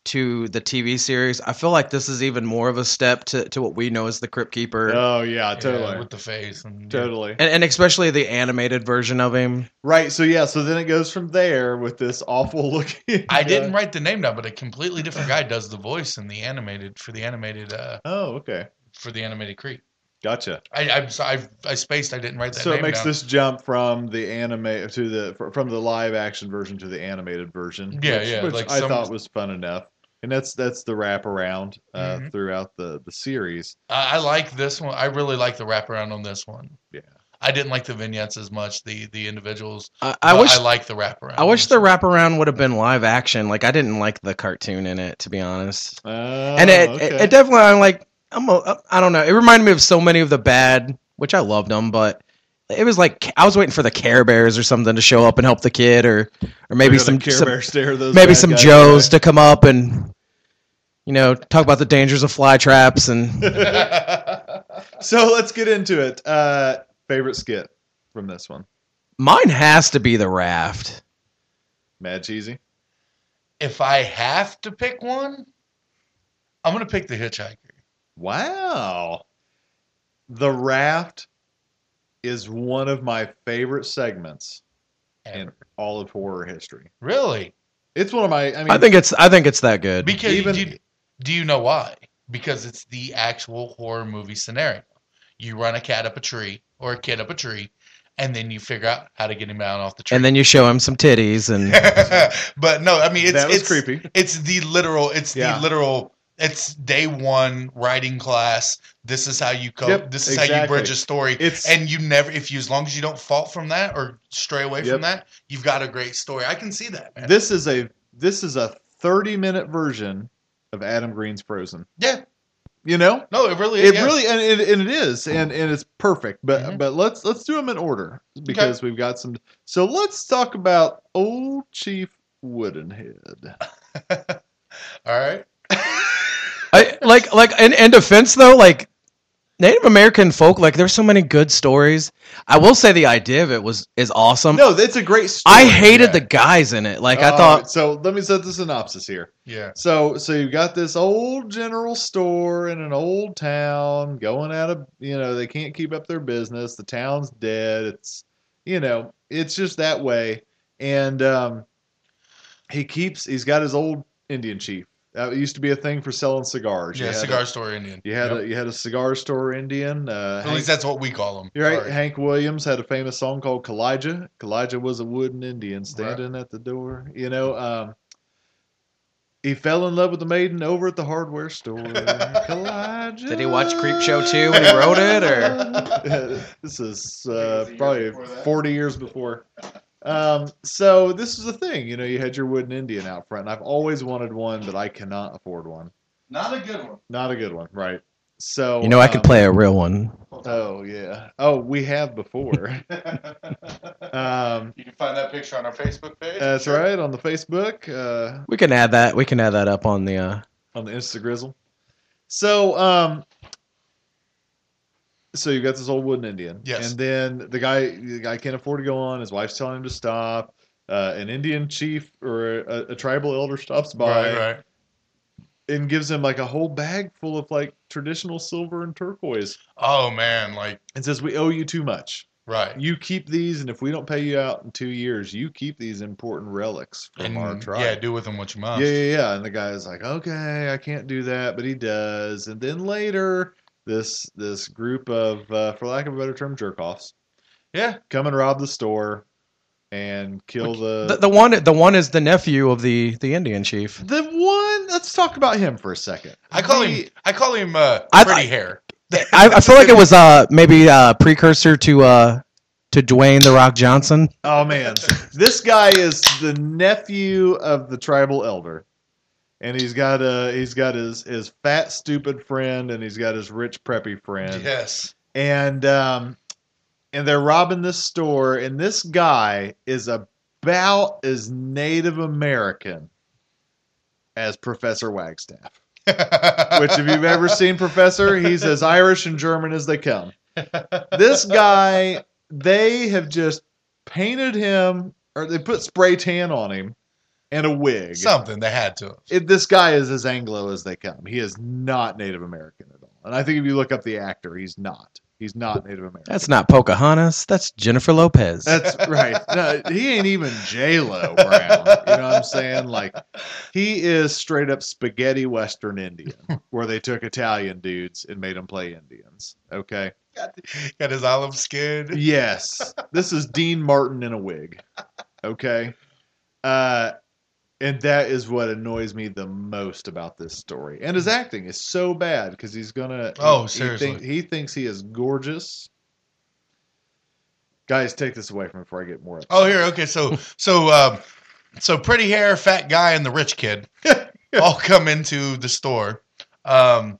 S7: to the TV series. I feel like this is even more of a step to, to what we know as the Crypt Keeper.
S8: Oh yeah,
S2: Yeah,
S8: totally,
S2: with the face. And,
S8: totally.
S7: And, and especially the animated version of him.
S8: Right. So yeah. So then it goes from there with this awful <laughs> looking. uh,
S2: I didn't
S8: guy.
S2: write the name down, but a completely different guy does the voice in the animated for the animated uh
S8: Oh, okay.
S2: for the animated creep.
S8: Gotcha.
S2: I I'm so- I, I spaced. I didn't write that.
S8: so
S2: name
S8: it makes
S2: down.
S8: this jump from the anime to the fr- from the live action version to the animated version.
S2: Yeah,
S8: which,
S2: yeah,
S8: Which
S2: like
S8: I
S2: some-
S8: thought was fun enough, and that's that's the wraparound uh,
S2: Mhm.
S8: throughout the the series.
S2: I, I like this one. I really like the wraparound on this one.
S8: Yeah.
S2: I didn't like the vignettes as much. The the individuals.
S7: I, I
S2: but
S7: wish
S2: I like the wraparound.
S7: I wish the wraparound would have been live action. Like I didn't like the cartoon in it, to be honest.
S8: Oh,
S7: and it, it,
S8: okay.
S7: it definitely I'm like I'm a, I don't know. It reminded me of so many of the bad, which I loved them, but it was like I was waiting for the Care Bears or something to show up and help the kid, or or maybe
S8: Look at
S7: some,
S8: the Care
S7: some
S8: Bear stare those
S7: maybe
S8: bad
S7: some
S8: guys
S7: Joes to come up and you know talk about the dangers of fly traps
S8: <laughs>
S7: and
S8: away. so let's get into it. Uh, favorite skit from this one,
S7: mine has to be the raft.
S8: Mad Cheesy.
S2: <laughs> if I have to pick one, I'm gonna pick the hitchhiker.
S8: Wow. The Raft is one of my favorite segments in
S2: Ever.
S8: all of horror history.
S2: Really?
S8: It's one of my. I mean,
S7: I think it's I think it's that good.
S2: Because
S8: Even-
S2: do, do you know why? Because it's the actual horror movie scenario. You run a cat up a tree or a kid up a tree, and then you figure out how to get him down off the tree. <laughs>
S7: and then you show him some titties
S8: <laughs>
S7: and
S2: but no, I mean it's
S8: that was
S2: it's,
S8: creepy.
S2: It's the literal. It's
S8: Yeah.
S2: the literal. It's day one writing class. This is how you cope.
S8: Yep,
S2: this is how you
S8: exactly.
S2: bridge a story.
S8: It's
S2: and you never, if you, as long as you don't fall from that or stray away
S8: Yep.
S2: from that, you've got a great story. I can see that. Man.
S8: this is a this is a thirty minute version of Adam Green's Frozen.
S2: yeah.
S8: You know,
S2: No, it really.
S8: it
S2: yeah.
S8: really and it, and it is and and it's perfect. But
S2: Mhm.
S8: but let's let's do them in order because we've got some. So let's talk about Old Chief Woodenhead.
S2: All right.
S7: I, like like in, in defense though like Native American folk like there's so many good stories. I will say the idea of it was is awesome.
S8: no, it's a great story.
S7: I hated
S2: yeah.
S7: the guys in it. Like
S8: Oh,
S7: I thought
S8: so. Let me set the synopsis here.
S2: Yeah.
S8: So so you've got this old general store in an old town going out of you know, they can't keep up their business, the town's dead, it's you know, it's just that way. And um he keeps he's got his old Indian chief. That used to be a thing for selling cigars. You
S2: Yeah.
S8: had a-
S2: Cigar store Indian.
S8: you had
S2: Yep.
S8: a you had a cigar store Indian. Uh
S2: At least that's what we call them.
S8: you're right. Hank Williams had a famous song called Kalijah. Kalijah was a wooden Indian standing at the door. You know, um, he fell in love with the maiden over at the
S7: <laughs>
S8: hardware store. Kalijah.
S7: Did he watch Creepshow 2 when he wrote it,
S8: or? <laughs> this is uh, probably 40 years before. Um, so this is the thing. You know, you had your wooden Indian out front. And I've always wanted one, but I cannot afford one.
S2: Not a good one.
S8: Not a good one, right? So
S7: you know I could
S8: um,
S7: play a real one.
S8: Oh yeah. Oh, we have
S2: <laughs>
S8: before. <laughs> um,
S2: You can find that picture on our Facebook page.
S8: that's right on the Facebook, uh,
S7: We can add that. We can add that up on the uh
S8: on the Instagrizzle. So, um, so you got this old wooden Indian,
S2: Yes.
S8: and then the guy the guy can't afford to go on. His wife's telling him to stop. Uh, an Indian chief or a, a tribal elder stops by
S2: Right, right.
S8: and gives him like a whole bag full of like traditional silver and turquoise,
S2: Oh man, like
S8: and says, "We owe you too much."
S2: right.
S8: you keep these, and if we don't pay you out in two years, you keep these important relics from
S2: And,
S8: our tribe.
S2: yeah, do with them what you must.
S8: yeah, yeah, yeah. And the guy's like, okay, I can't do that, but he does. And then later, this this group of, uh, for lack of a better term, jerk offs
S2: Yeah.
S8: come and rob the store and kill
S7: the,
S2: Uh,
S8: the,
S7: the one the one is the nephew of the the Indian chief.
S8: the one. Let's talk about him for a second.
S2: I call
S8: He-
S2: him. I call him uh,
S7: I-
S2: pretty hair. <laughs>
S7: I, I feel like it was uh maybe uh precursor to uh to Dwayne the Rock Johnson.
S8: Oh man, this guy is the nephew of the tribal elder, and he's got uh he's got his his fat stupid friend, and he's got his rich preppy friend,
S2: Yes.
S8: and um, and they're robbing this store, and this guy is about as Native American as Professor Wagstaff. Which,
S2: <laughs>
S8: if you've ever seen Professor, he's as Irish and German as they come this guy, they have just painted him, or they put spray tan on him and a wig.
S2: something they had to.
S8: It- this guy is as Anglo as they come. He is not Native American at all. And I think if you look up the actor, he's not. He's not Native American.
S7: That's not Pocahontas. That's Jennifer Lopez.
S8: That's right. No, he ain't even J Lo Brown. You know what I'm saying? Like, he is straight up spaghetti Western Indian, where they took Italian dudes and made them play Indians. Okay.
S2: Got his olive skin.
S8: Yes. This is Dean Martin in a wig. Okay. Uh and that is what annoys me the most about this story. And his acting is so bad because he's gonna
S2: Oh,
S8: he-
S2: seriously.
S8: He, think- he thinks he is gorgeous. Guys, take this away from me before I get more upset.
S2: Oh, here. Okay, so so um, so pretty hair, fat guy, and the rich
S8: <laughs>
S2: kid all come into the store. Um,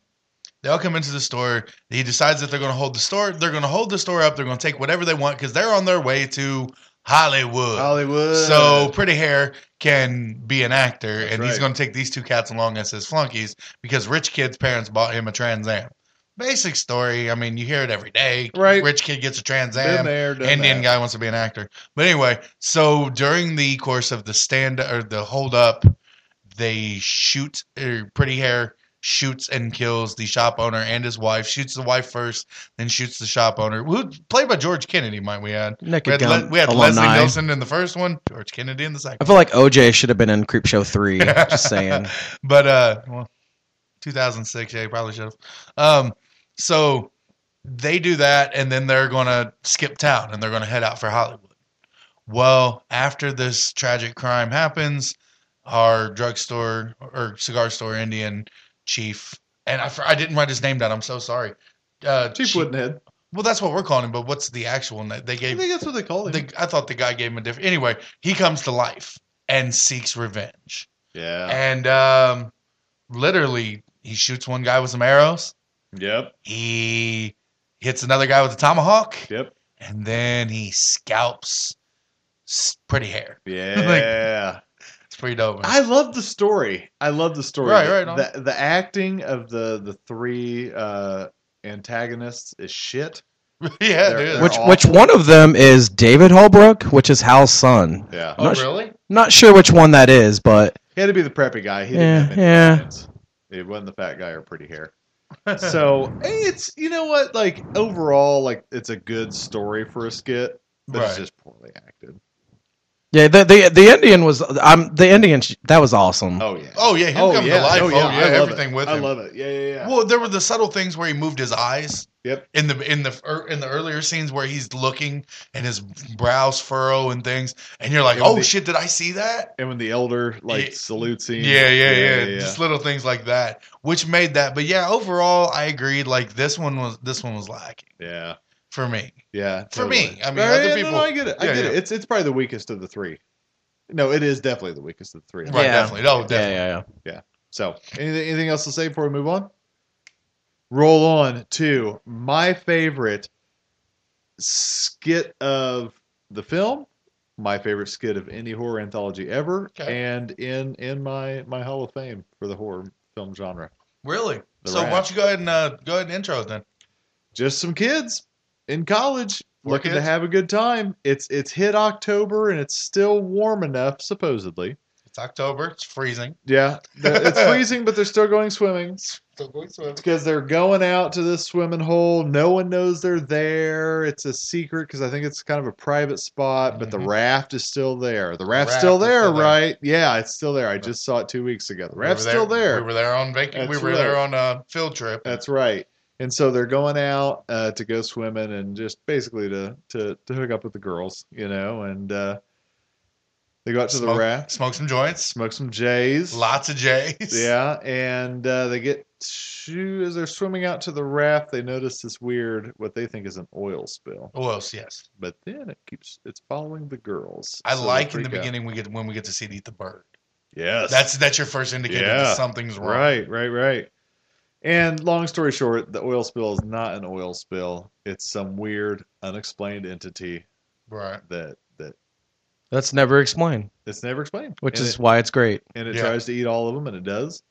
S2: they all come into the store. He decides that they're going to hold the store. They're going to hold the store up. They're going to take whatever they want because they're on their way to Hollywood.
S8: Hollywood.
S2: So pretty hair can be an actor, and he's
S8: right.
S2: going to take these two cats along as his flunkies because rich kid's parents bought him a Trans Am. Basic story. I mean, you hear it every day.
S8: Right.
S2: Rich kid gets a Trans
S8: Been
S2: Am.
S8: there, done
S2: Indian
S8: that.
S2: guy wants to be an actor. But anyway, so during the course of the stand or the hold up, they shoot er, pretty hair shoots and kills the shop owner and his wife. Shoots the wife first, then shoots the shop owner, who played by George Kennedy. Might we add?
S7: Naked
S2: We had,
S7: Gun
S2: Le- we had Leslie
S7: alumni.
S2: Nielsen in the first one, George Kennedy in the second.
S7: I feel like OJ should have been in Creepshow
S8: <laughs>
S7: three. just saying.
S2: but uh well 2006 yeah you probably should have um so they do that and then they're gonna skip town and they're gonna head out for hollywood well after this tragic crime happens our drugstore or cigar store indian chief and i, fr- I didn't write his name down i'm so sorry uh
S8: Chief
S2: Chi-
S8: Woodenhead.
S2: well that's what we're calling him but what's the actual name they
S8: I
S2: gave
S8: think that's what they call him.
S2: the, i thought the guy gave him a different anyway he comes to life and seeks revenge
S8: yeah.
S2: and um, literally he shoots one guy with some arrows.
S8: Yep.
S2: He hits another guy with a tomahawk,
S8: Yep.
S2: and then he scalps s- pretty hair.
S8: Yeah.
S2: It's pretty dope. man.
S8: I love the story. I love the story.
S2: Right, right, on.
S8: The, the acting of the the three uh, antagonists is shit.
S2: <laughs> yeah, it
S8: They're-
S2: is.
S8: they're
S7: Which
S8: all-
S7: which one of them is David Holbrook, which is Hal's son?
S8: Yeah,
S2: oh,
S7: not sure-
S2: really?
S7: Not sure which one that is, but
S8: he had to be the preppy guy. He
S7: Yeah,
S8: didn't have any
S7: yeah.
S8: options. It wasn't the fat guy or
S2: <laughs>
S8: pretty hair. so eh, it's you know what like overall like it's a good story for a skit, but
S2: Right.
S8: it's just poorly acted.
S7: yeah, the the, the Indian was um the Indian sh- that was awesome.
S8: Oh yeah.
S2: Oh yeah, him
S8: oh,
S2: coming to life. Oh yeah,
S8: I love
S2: everything
S8: it.
S2: with
S8: I
S2: him.
S8: love it. Yeah, yeah, yeah.
S2: Well, there were the subtle things where he moved his eyes.
S8: Yep.
S2: In the in the er, in the earlier scenes where he's looking and his brows furrow and things, and you're like,
S8: Yeah,
S2: oh
S8: the-
S2: shit, did I see that?
S8: and when the elder like
S2: Yeah.
S8: salutes him.
S2: Yeah, yeah, yeah,
S8: yeah.
S2: Just little things like that, which made that. But yeah, overall, I agreed. Like this one was this one was lacking
S8: yeah.
S2: for me.
S8: Yeah,
S2: For me. I mean,
S8: Yeah,
S2: other
S8: yeah, no,
S2: people-
S8: No, I get it. I
S2: Yeah,
S8: get
S2: yeah.
S8: it. It's it's probably the weakest of the three. No, it is definitely the weakest of the three.
S2: Right,
S7: Yeah.
S2: definitely. No,
S7: yeah,
S2: definitely.
S7: yeah, yeah.
S8: So, anything, anything else to say before we move on? Roll on to my favorite skit of the film, my favorite skit of any horror anthology ever,
S2: Okay.
S8: and in in my my Hall of Fame for the horror film genre.
S2: Really.
S8: The
S2: so why
S8: Rat.
S2: don't you go ahead and uh, go ahead and intro it then?
S8: just some kids in college
S2: Four
S8: looking to
S2: kids.
S8: have a good time. It's it's hit October and it's still warm enough supposedly.
S2: It's October. It's freezing.
S8: Yeah,
S2: <laughs>
S8: the- it's freezing, but they're still going swimming
S2: Still going swimming.
S8: because they're going out to this swimming hole. No one knows they're there. It's a secret because I think it's kind of a private spot, but the
S2: Mhm.
S8: raft is still there. The raft's
S2: raft
S8: still
S2: is
S8: there,
S2: still there.
S8: right? Yeah, it's still there. I just saw it two weeks ago. The raft's still there.
S2: We were there on vacation. We
S8: That's
S2: were there on
S8: right.
S2: a field trip.
S8: That's right. And so they're going out uh, to go swimming and just basically to to to hook up with the girls, you know. And uh, they go out to the
S2: Smoke-
S8: raft,
S2: Smoke some joints.
S8: smoke some J's,
S2: Lots of J's. <laughs>
S8: yeah. And uh, they get to as they're swimming out to the raft, they notice this weird what they think is an oil spill,
S2: What else? Yes.
S8: but then it keeps it's following the girls.
S2: I
S8: So they
S2: like in the
S8: freak out.
S2: beginning we get when we get to see it eat the bird.
S8: Yes,
S2: That's that's your first indicator
S8: Yeah.
S2: that something's wrong.
S8: Right, right, right. And long story short, the oil spill is not an oil spill. It's some weird, unexplained entity
S2: Right.
S8: that that
S7: That's never explained,
S8: it's never explained.
S7: which
S8: and
S7: is
S8: it,
S7: why it's great.
S8: and it
S2: Yeah.
S8: tries to eat all of them, and it does.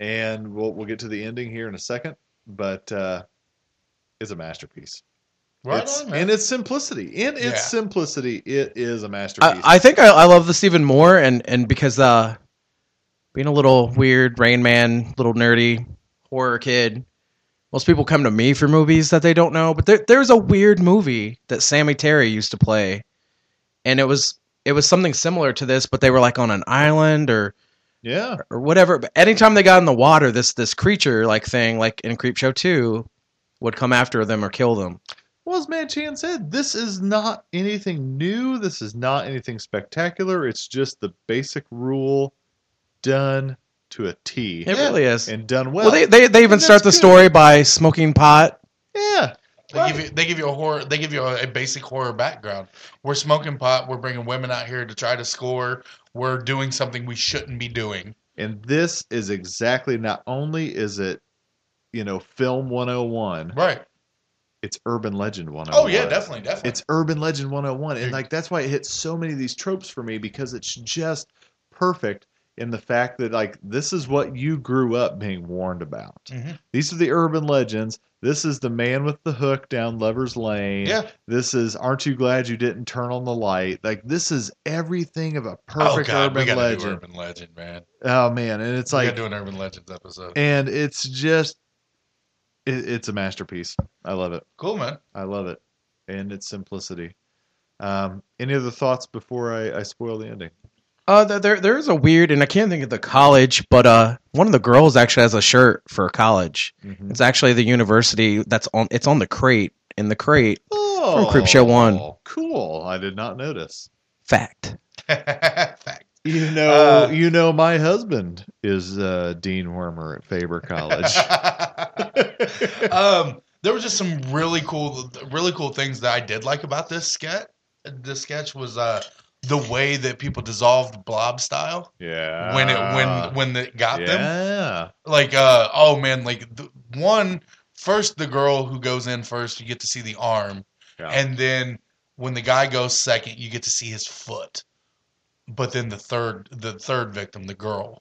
S8: And we'll we'll get to the ending here in a second, but uh, it's a masterpiece.
S2: Right.
S8: It's-
S2: on, man.
S8: in its simplicity, in its
S2: Yeah.
S8: simplicity, it is a masterpiece.
S7: I, I think I, I love this even more, and and because uh, being a little weird Rain Man, little nerdy horror kid, most people come to me for movies that they don't know. But there there's a weird movie that Sammy Terry used to play, and it was it was something similar to this, but they were like on an island or
S8: yeah,
S7: or whatever. But anytime they got in the water, this this creature like thing like in Creepshow two would come after them or kill them.
S8: Well, as Man Chan said, this is not anything new. This is not anything spectacular. It's just the basic rule done to a T
S7: It really is.
S8: and done well.
S7: well, they, they, they even
S8: and
S7: start the
S8: that's good.
S7: story by smoking pot
S8: yeah.
S2: They give you they give you a horror they give you a, a basic horror background. We're smoking pot. We're bringing women out here to try to score. We're doing something we shouldn't be doing.
S8: And this is exactly not only is it, you know, film 101,
S2: Right.
S8: it's urban legend 101.
S2: Oh yeah, definitely, definitely.
S8: It's urban legend 101. And
S2: Dude.
S8: like that's why it hits so many of these tropes for me because it's just perfect in the fact that like this is what you grew up being warned about.
S2: Mhm.
S8: These are the urban legends. This is the man with the hook down Lover's Lane.
S2: Yeah. Oh,
S8: This is aren't you glad you didn't turn on the light? Like this is everything of a perfect
S2: oh God, we
S8: urban
S2: gotta do
S8: legend.
S2: urban legend, man.
S8: Oh man, and it's
S2: we
S8: like
S2: gotta do an urban legends episode.
S8: and it's just it, it's a masterpiece. I love it.
S2: Cool, man. <laughs>
S8: I love it, and its simplicity. Um, any other thoughts before I, I spoil the ending?
S7: Uh, th- there there is a weird, and I can't think of the college, but uh, one of the girls actually has a shirt for college.
S8: Mm-hmm.
S7: It's actually the university that's on. It's on the crate in the crate.
S8: Oh,
S7: Creep Show One.
S8: Cool. I did not notice.
S7: Fact.
S8: <laughs>
S2: Fact.
S8: You know,
S2: Uh,
S8: you know, my husband is uh, Dean Wormer at <laughs> Faber College.
S2: um, there was just some really cool, really cool things that I did like about this sketch. This sketch was uh, the way that people dissolved blob style
S8: yeah.
S2: when
S8: Ah.
S2: it when when it got them.
S8: yeah.
S2: Like, uh, oh man, like the, one first the girl who goes in first, you get to see the arm,
S8: Yeah.
S2: and then when the guy goes second, you get to see his foot. But then the third, the third victim, the girl,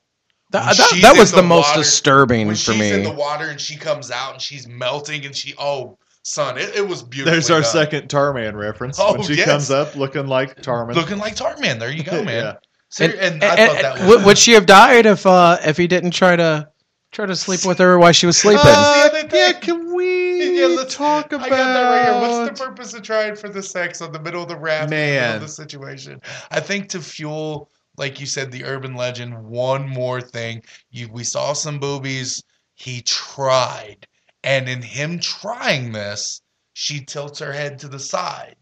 S7: That,
S2: When
S7: that,
S2: she's
S7: that
S2: in
S7: was
S2: the
S7: the, most
S2: water-
S7: disturbing
S2: when
S7: for
S2: she's in
S7: me.
S2: the water and she comes out and she's melting and she oh son it, it was beautiful
S8: There's our second Tarman reference.
S2: Oh,
S8: when she
S2: yes.
S8: comes up looking like Tarman.
S2: looking like Tarman there you
S8: <laughs>
S2: go man
S8: Yeah.
S2: Ser- and, I
S7: And-
S2: thought that
S7: and-
S2: was
S7: would, would she have died if uh if he didn't try to try to sleep with her while she was sleeping?
S8: Uh,
S2: the other
S8: yeah,
S2: day.
S8: can we
S2: Yeah, let's-
S8: talk about
S2: I got that right here. What's the purpose of trying for the sex on the middle of the raft,
S8: Man.
S2: in the middle of the situation? I think to fuel, like you said, the urban legend. One more thing, you, we saw some boobies. He tried, and in him trying this, she tilts her head to the side,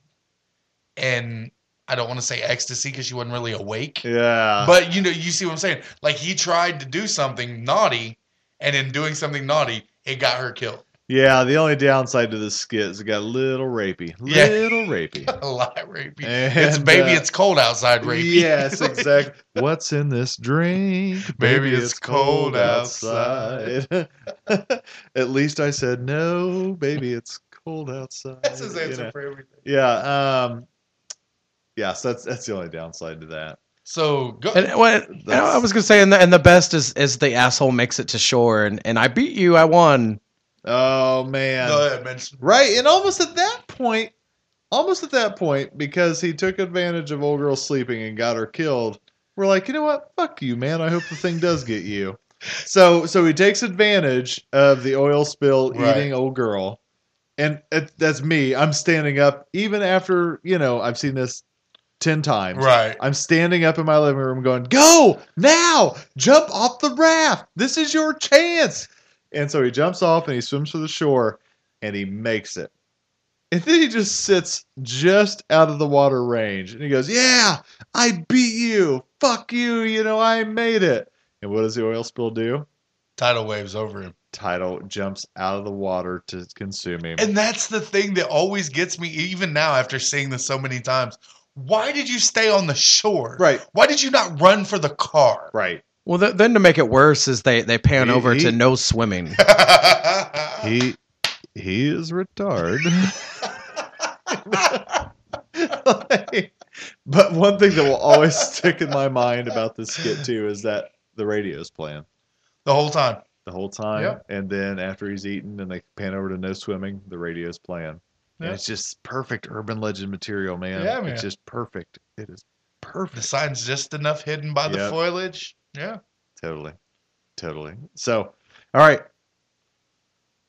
S2: and I don't want to say ecstasy because she wasn't really awake.
S8: Yeah.
S2: But you know, you see what I'm saying? Like he tried to do something naughty, and in doing something naughty, it got her killed.
S8: Yeah, the only downside to this skit is it got a little rapey.
S2: <laughs> Yeah.
S8: Little rapey.
S2: a lot rapey.
S8: And,
S2: it's baby,
S8: uh,
S2: it's cold outside <laughs> rapey.
S8: <laughs>
S2: <laughs>
S8: Yes, exactly. What's in this drink?
S2: Baby, it's cold
S8: outside. <laughs> At least I said no, baby, it's cold outside.
S2: That's his
S8: you
S2: answer
S8: know.
S2: for everything.
S8: Yeah, um Yes, that's that's the only downside to that.
S2: So go.
S7: And what and I
S8: That's-
S7: was gonna say, and the, and the best is is the asshole makes it to shore, and, and I beat you, I won.
S8: Oh man.
S2: go ahead, man.
S8: Right, and almost at that point, almost at that point, because he took advantage of old girl sleeping and got her killed, we're like, you know what? Fuck you, man. I hope the thing does get you. So, so he takes advantage of the oil spill
S2: Right.
S8: eating old girl, and it, that's me. I'm standing up, even after you know I've seen this ten times.
S2: Right.
S8: I'm standing up in my living room going, Go now, jump off the raft. This is your chance. And so he jumps off and he swims to the shore and he makes it. And then he just sits just out of the water range and he goes, Yeah, I beat you. Fuck you. You know, I made it. And what does the oil spill do?
S2: Tidal waves over him,
S8: Tidal jumps out of the water to consume him.
S2: and that's the thing that always gets me, even now after seeing this so many times. Why did you stay on the shore?
S8: right,
S2: Why did you not run for the car?
S8: right.
S7: Well, th- then to make it worse is they they pan
S8: He-
S7: over
S8: he-
S7: to no swimming.
S8: He he is retarded. <laughs> but one thing that will always stick in my mind about this skit too is that the radio is playing
S2: <laughs> the whole time.
S8: the whole time,
S2: Yep.
S8: and then after he's eaten and they pan over to no swimming, the radio is playing. And
S2: Yeah.
S8: it's just perfect urban legend material, man.
S2: Yeah, man.
S8: It's just perfect. It is
S2: The sign's just enough hidden by the
S8: Yep.
S2: foliage. Yeah.
S8: totally, totally. So, all right,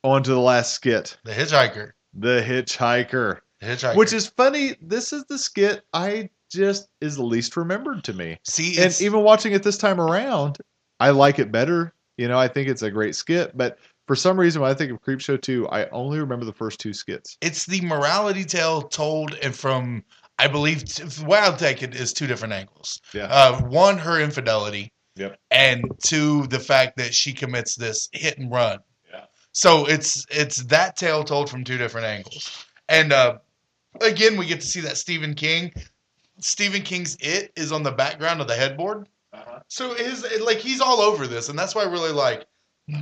S8: on to the last skit,
S2: The hitchhiker.
S8: the hitchhiker.
S2: The hitchhiker.
S8: Which is funny. This is the skit I just is the least remembered to me.
S2: see,
S8: And
S2: it's,
S8: even watching it this time around, I like it better. You know, I think it's a great skit, but for some reason when I think of Creepshow 2, I only remember the first two skits.
S2: it's the morality tale told and from I believe t- the way I'll take it is two different angles.
S8: Yeah.
S2: Uh, one, her infidelity.
S8: Yep.
S2: And two, the fact that she commits this hit and run.
S8: Yeah.
S2: So it's it's that tale told from two different angles. And uh, again, we get to see that Stephen King. Stephen King's It
S8: Uh-huh.
S2: is on the background of the headboard. So his like he's all over this, and that's why I really like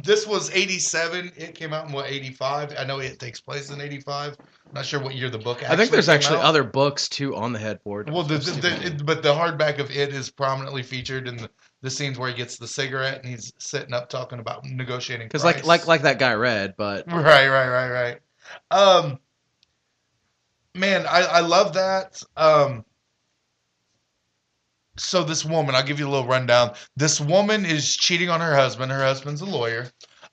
S2: This was 87. It came out in what 85. I know it takes place in 85. I'm not sure what year the book. Actually
S7: I think there's
S2: came
S7: actually
S2: out.
S7: other books too on the headboard.
S2: Well, the, the, the, it- but the hardback of it is prominently featured in the, the scenes where he gets the cigarette and he's sitting up talking about negotiating.
S7: because like
S2: price.
S7: like like that guy read, but
S2: <laughs> Right, right, right, right. Um, man, I, I love that. Um, so this woman, I'll give you a little rundown. This woman is cheating on her husband. Her husband's a lawyer.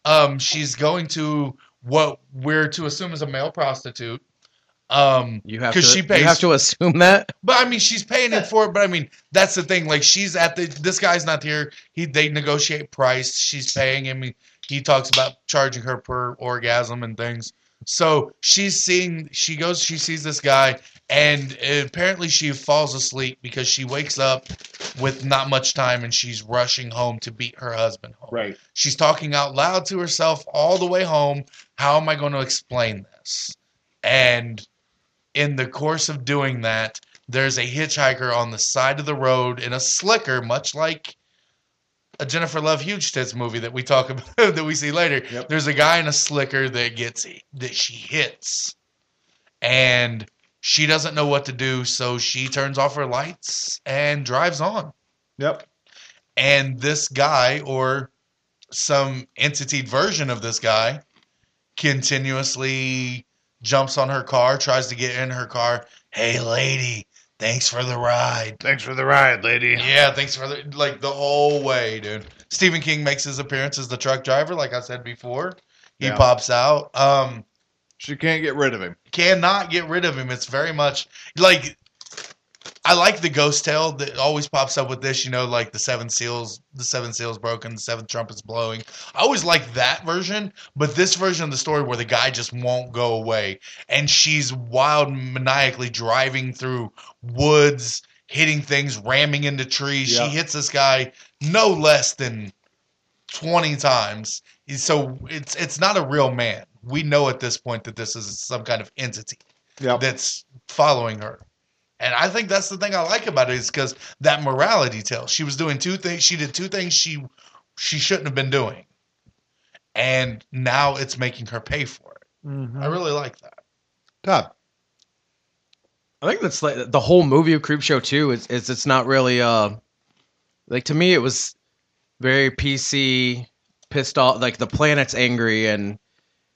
S2: Um, she's going to what we're to assume is a male prostitute. Um,
S7: you have to
S2: 'Cause she pays-
S7: you have to assume that.
S2: but I mean, she's paying him for it. But I mean, that's the thing. Like, she's at the. This guy's not here. He they negotiate price. She's paying him. He, he talks about charging her per orgasm and things. So she's seeing. She goes. She sees this guy, and apparently she falls asleep because she wakes up with not much time, and she's rushing home to beat her husband home.
S8: Right.
S2: She's talking out loud to herself all the way home. How am I going to explain this? And in the course of doing that, there's a hitchhiker on the side of the road in a slicker, much like a Jennifer Love Huge Tits movie that we talk <laughs> about that we see later.
S8: Yep.
S2: There's a guy in a slicker that gets that she hits, and she doesn't know what to do, so she turns off her lights and drives on
S8: Yep.
S2: and this guy or some entity version of this guy continuously jumps on her car, tries to get in her car. Hey, lady, thanks for the ride.
S8: Thanks for the ride, lady.
S2: Yeah, thanks for the like the whole way, dude. Stephen King makes his appearance as the truck driver, like I said before. He
S8: Yeah.
S2: pops out. Um,
S8: She can't get rid of him.
S2: cannot get rid of him. It's very much like I like the ghost tale that always pops up with this, you know, like the seven seals, the seven seals broken, the seventh trumpet's blowing. I always like that version, but this version of the story where the guy just won't go away and she's wild maniacally driving through woods, hitting things, ramming into trees.
S8: Yeah.
S2: She hits this guy no less than 20 times. So it's it's not a real man. We know at this point that this is some kind of entity
S8: Yep.
S2: that's following her. And I think that's the thing I like about it is because that morality tale. She was doing two things. She did two things she she shouldn't have been doing, and now it's making her pay for it. I really like that.
S8: Todd.
S7: I think that's like the whole movie of Creepshow too. Is is it's not really uh like to me it was very PC, pissed off. Like the planet's angry and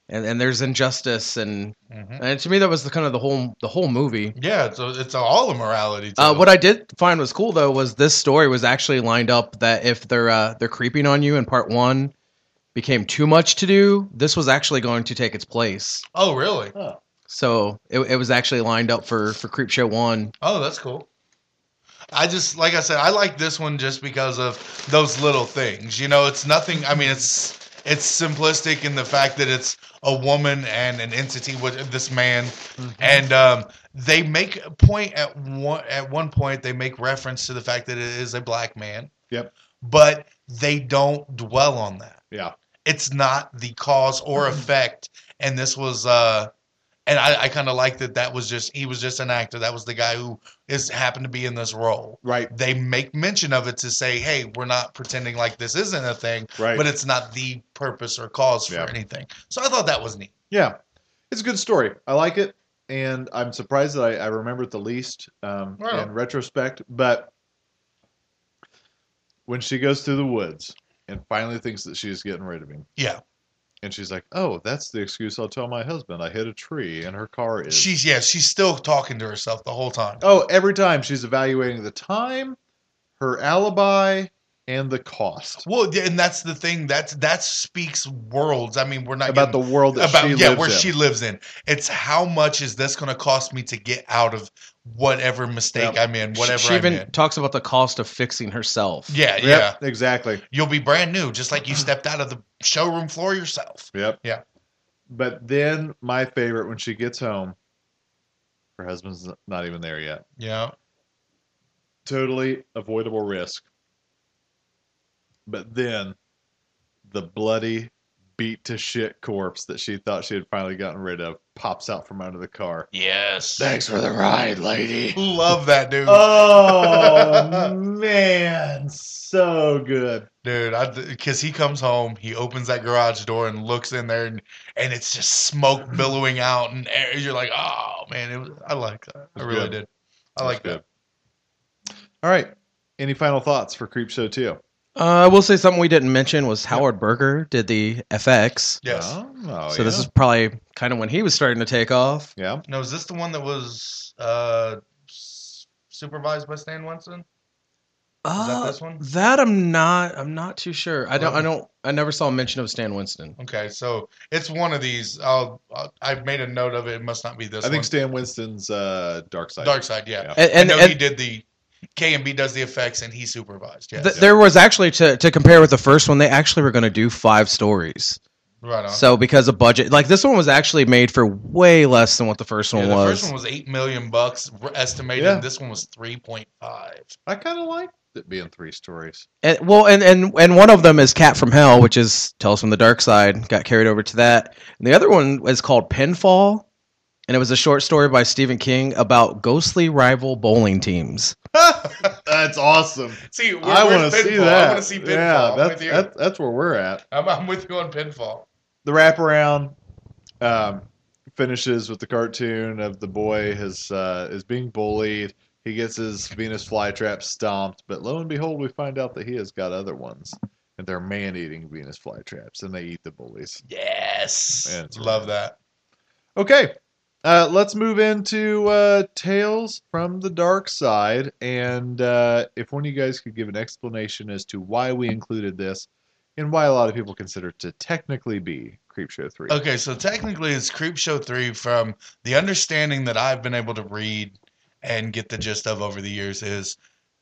S7: and and there's injustice and
S2: Mhm.
S7: and to me that was the kind of the whole the whole movie.
S2: Yeah, it's a, it's a, all a morality tale.
S7: Uh, what I did find was cool though was this story was actually lined up that if they're uh, they're creeping on you in part one became too much to do, this was actually going to take its place.
S2: oh, really?
S7: So it, it was actually lined up for for Creepshow one.
S2: Oh, that's cool. I just like I said, I like this one just because of those little things. You know, it's nothing. I mean, it's it's simplistic in the fact that it's a woman and an entity with this man,
S8: Mm-hmm.
S2: and um, they make a point at one at one point they make reference to the fact that it is a black man.
S8: Yep.
S2: But they don't dwell on that.
S8: Yeah. Mm-hmm.
S2: It's not the cause or effect, and this was. uh and I, I kind of like that. That was just he was just an actor. That was the guy who is happened to be in this role.
S8: Right.
S2: They make mention of it to say, "Hey, we're not pretending like this isn't a thing,
S8: Right.
S2: but it's not the purpose or cause for
S8: Yeah.
S2: anything." So I thought that was neat.
S8: Yeah, it's a good story. I like it, and I'm surprised that I, I remember it the least um,
S2: Wow.
S8: in retrospect. But when she goes through the woods and finally thinks that she's getting rid of him,
S2: Yeah,
S8: and she's like, "Oh, that's the excuse I'll tell my husband. I hit a tree, and her car is."
S2: she's yeah, she's still talking to herself the whole time.
S8: oh, every time she's evaluating the time, her alibi, and the cost
S2: Well, yeah, and that's the thing. That's that speaks worlds. I mean, we're not
S8: about
S2: getting-
S8: the world that
S2: about
S8: she
S2: yeah
S8: lives
S2: where
S8: in.
S2: she lives in. It's how much is this going to cost me to get out of whatever mistake
S8: Yep.
S2: I'm in, whatever
S7: she, she even
S2: I'm in.
S7: talks about the cost of fixing herself.
S2: Yeah,
S8: Yep,
S2: yeah.
S8: exactly.
S2: You'll be brand new, just like you
S8: Uh-huh.
S2: stepped out of the showroom floor yourself.
S8: Yep.
S2: Yeah.
S8: But then my favorite when she gets home, her husband's not even there yet.
S2: Yeah.
S8: Totally avoidable risk. But then the bloody beat to shit corpse that she thought she had finally gotten rid of pops out from under the car.
S2: Yes.
S8: Thanks for the ride, lady.
S2: Love that dude.
S8: Uh, Oh <laughs> man, so good.
S2: Dude, I because he comes home, he opens that garage door and looks in there, and, and it's just smoke
S8: Uh-huh.
S2: billowing out, and air, you're like, oh man, it was, I like that. I
S8: was
S2: really
S8: good.
S2: did. I like that.
S8: All right. Any final thoughts for Creepshow 2?
S7: Uh, I will say something we didn't mention was Howard Berger did the FX.
S2: Yes.
S8: Oh, oh,
S7: so
S8: yeah.
S7: this is probably kind of when he was starting to take off.
S8: yeah.
S2: Now, is this the one that was uh, s- supervised by Stan Winston? Is
S8: Uh,
S2: that this one?
S7: Uh, That I'm not. I'm not too sure. I don't.
S2: Oh.
S7: I don't. I never saw a mention of Stan Winston.
S2: Okay, so it's one of these. I'll, I'll, I've made a note of it. It must not be this
S8: I think
S2: one.
S8: Stan Winston's uh, Dark Side.
S2: Dark Side, yeah.
S8: Yeah.
S7: And and,
S2: I know
S7: and
S2: he did the K and B does the effects, and he supervised. Yes,
S7: th- there was actually to to compare with the first one, they actually were going to do five stories.
S2: right on.
S7: So because of budget, like this one was actually made for way less than what the first
S2: Yeah,
S7: one
S2: the
S7: was.
S2: first one was eight million bucks r- estimated.
S8: Yeah.
S2: and This one was three point five.
S8: I kind of liked it being
S2: <laughs>
S8: three stories.
S7: And well, and and and one of them is Cat from Hell, which is Tales from the Dark Side. Got carried over to that. And the other one is called Pinfall, and it was a short story by Stephen King about ghostly rival bowling teams.
S8: That's awesome.
S2: See, where,
S8: I
S2: where's
S8: want to see
S2: Pinfall?
S8: that.
S2: I want to see pinfall.
S8: Yeah,
S2: I'm
S8: that's,
S2: with you.
S8: that's, that's where we're at.
S2: I'm, I'm with you on pinfall.
S8: the wraparound um, finishes with the cartoon of the boy is uh, is being bullied. He gets his Venus flytrap stomped, but lo and behold, we find out that he has got other ones, and they're man-eating Venus flytraps, and they eat the bullies.
S2: Yes,
S8: Man, it's
S2: love that.
S8: Okay, uh, let's move into uh, Tales from the Dark Side, and uh, if one of you guys could give an explanation as to why we included this, and why a lot of people consider it to technically be Creepshow Three.
S2: Okay, so technically it's Creep Show 3 from the understanding that I've been able to read and get the gist of over the years is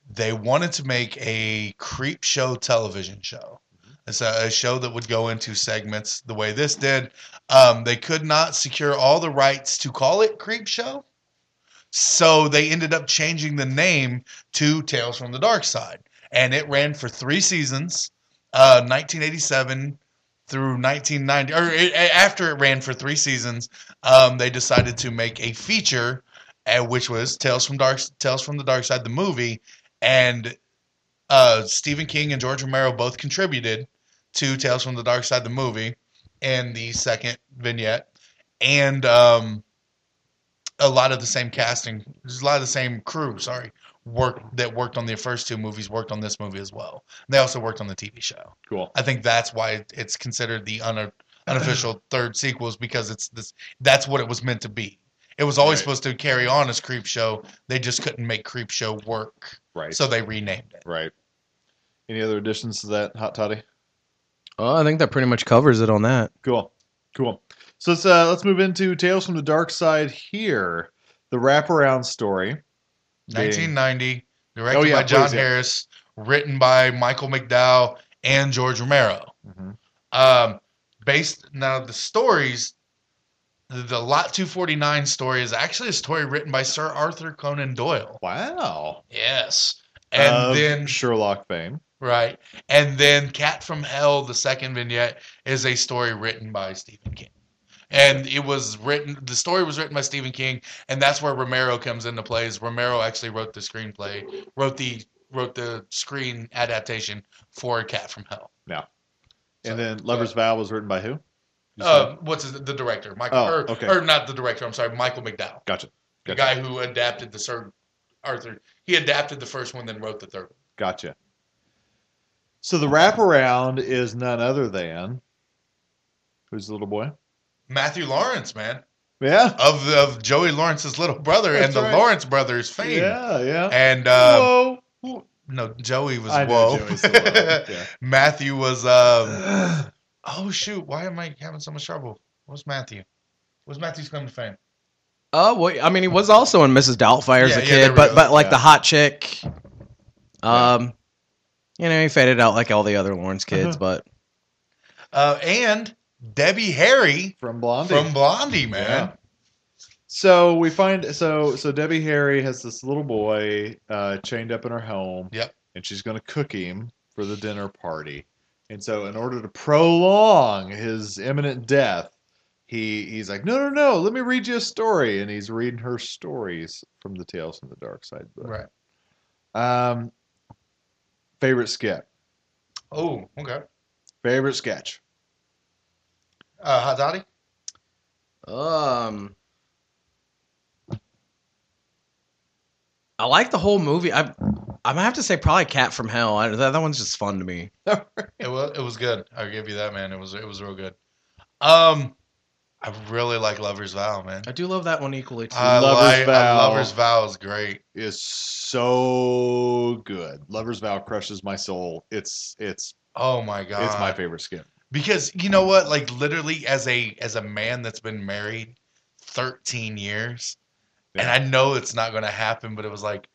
S2: they wanted to make a Creep Show television show. It's a, a show that would go into segments the way this did. Um, they could not secure all the rights to call it Creep Show. So they ended up changing the name to Tales from the Dark Side. And it ran for three seasons, uh, 1987 through 1990 or it, a- after it ran for three seasons um, they decided to make a feature uh, which was tales from dark tales from the dark side the movie and uh, stephen king and george romero both contributed to tales from the dark side the movie and the second vignette and um, a lot of the same casting a lot of the same crew sorry work that worked on the first two movies worked on this movie as well they also worked on the tv show
S8: Cool.
S2: I think that's why it's considered the uno-
S8: <laughs>
S2: unofficial third sequel is because it's this. That's what it was meant to be. It was always
S8: Right.
S2: supposed to carry on as Creep Show. They just couldn't make Creep Show work,
S8: Right.
S2: so they renamed it.
S8: Right. Any other additions to that, Hot Toddy?
S7: Oh, I think that pretty much covers it on that.
S8: Cool. Cool. So let's uh, let's move into Tales from the Dark Side here. The wraparound story.
S2: 1990, directed
S8: Oh, yeah,
S2: by John
S8: please, yeah.
S2: Harris, written by Michael McDowell and George Romero.
S8: Mhm.
S2: Um, based now the stories, the, the Lot 249 story is actually a story written by Sir Arthur Conan Doyle.
S8: Wow.
S2: Yes, and
S8: Of
S2: then
S8: Sherlock fame.
S2: Right. And then Cat from Hell, the second vignette, is a story written by Stephen King. And it was written, the story was written by Stephen King, and that's where Romero comes into play. Is Romero actually wrote the screenplay, wrote the wrote the screen adaptation for Cat from Hell. So,
S8: and then Lover's Vow was written by who? You said-
S2: Uh, what's his, the director? Michael,
S8: Oh,
S2: or,
S8: okay.
S2: or not the director? I'm sorry, Michael McDowell,
S8: gotcha.
S2: the
S8: Gotcha.
S2: guy who adapted the Sir Arthur. He adapted the first one, then wrote the third. one.
S8: Gotcha. So the wraparound is none other than who's the little boy?
S2: Matthew Lawrence, man,
S8: Yeah.
S2: of of Joey Lawrence's little brother
S8: That's
S2: and the
S8: right.
S2: Lawrence brothers fame.
S8: Yeah. Yeah.
S2: And um,
S8: Whoa.
S2: no, Joey was
S8: I know
S2: whoa.
S8: Joey's the one. Yeah.
S2: <laughs> Matthew was <laughs> um. oh shoot! Why am I having so much trouble? What's Matthew? What's Matthew's come to fame?
S7: Oh, well, I mean, he was also in Mrs. Doubtfire as
S2: Yeah,
S7: a
S2: yeah,
S7: kid,
S2: there we
S7: but
S2: go.
S7: but like
S8: Yeah.
S7: the hot chick. Um, you know, he faded out like all the other Lawrence kids,
S8: Uh-huh.
S7: but
S2: Uh, and Debbie Harry
S8: From Blondie.
S2: from Blondie, man.
S8: Yeah. So we find so so Debbie Harry has this little boy uh, chained up in her home.
S2: Yep.
S8: And she's going to cook him for the dinner party. And so, in order to prolong his imminent death, he he's like, no, no, no, let me read you a story, and he's reading her stories from the Tales from the Dark Side book.
S2: Right.
S8: Um, favorite skit,
S2: Oh, okay.
S8: favorite sketch.
S2: Uh, hot toddy.
S7: Um, I like the whole movie. I, I'm gonna have to say probably Cat from Hell. I, that, that one's just fun to me.
S2: It was it was good. I'll give you that, man. It was it was real good. Um, I really like Lover's Vow, man.
S7: I do love that one equally too.
S2: I
S8: Lover's
S2: like
S8: Vow.
S2: I, Lover's Vow is great.
S8: Is so good. Lover's Vow crushes my soul. It's it's
S2: Oh my god,
S8: it's my favorite skit.
S2: because you know what? Like literally, as a as a man that's been married thirteen years, and
S8: Yeah.
S2: I know it's not going to happen, but it was like.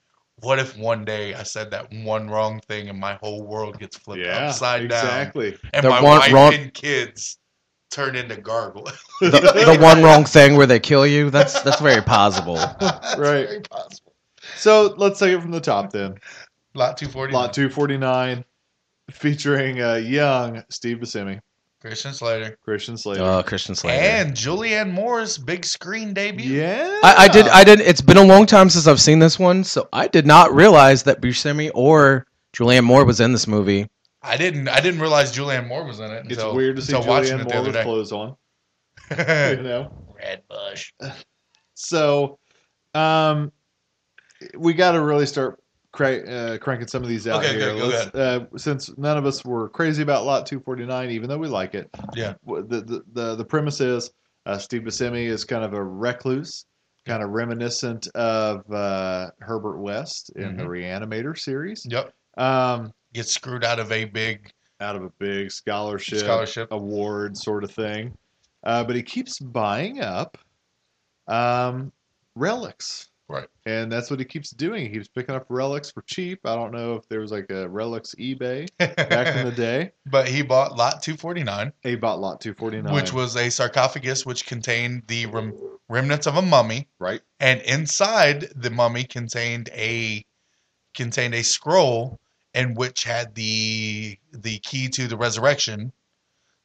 S2: What if one day I said that one wrong thing and my whole world gets flipped upside down
S8: exactly.
S2: and
S7: The
S2: my
S7: one
S2: wife
S7: wrong-
S2: and kids turn into gargoyles?
S7: the, the one wrong thing where they kill you. That's that's very
S2: <laughs>
S7: possible.
S2: <laughs> That's
S8: <laughs> Right.
S2: very possible.
S8: So let's take it from the top then.
S2: Lot two forty.
S8: Lot 249 featuring uh, young Steve Buscemi,
S2: Christian Slater.
S8: Christian Slater.
S7: Uh, Christian Slater.
S2: And Julianne Moore's big screen debut.
S8: yeah.
S7: I, I did. I did. It's been a long time since I've seen this one, so I did not realize that Buscemi or Julianne Moore was in this movie.
S2: I didn't. I didn't realize Julianne Moore was in it.
S8: It's
S2: Until,
S8: weird to see
S2: until watching
S8: Julianne
S2: it
S8: Moore with
S2: the
S8: clothes on,
S2: other
S8: <laughs> you
S2: day.
S8: know.
S2: Red Bush.
S8: So, um, we got to really start cra- uh, cranking some of these out
S2: Okay,
S8: here.
S2: okay, go
S8: Let's- Uh, since none of us were crazy about Lot 249, even though we like it.
S2: Yeah.
S8: w- The the the, the premise is uh, Steve Buscemi is kind of a recluse, kind of reminiscent of uh, Herbert West in the
S2: Mm-hmm.
S8: Reanimator series.
S2: <laughs> Yep.
S8: Um,
S2: Gets screwed out of a big
S8: out of a big scholarship,
S2: Scholarship.
S8: award sort of thing, uh, but he keeps buying up um, relics.
S2: right.
S8: And that's what he keeps doing. He keeps picking up relics for cheap. I don't know if there was like a relics eBay
S2: <laughs>
S8: back in the day.
S2: but he bought Lot two forty nine,
S8: He bought lot 249.
S2: which was a sarcophagus which contained the rem- remnants of a mummy.
S8: Right.
S2: And inside the mummy contained a contained a scroll and which had the the key to the resurrection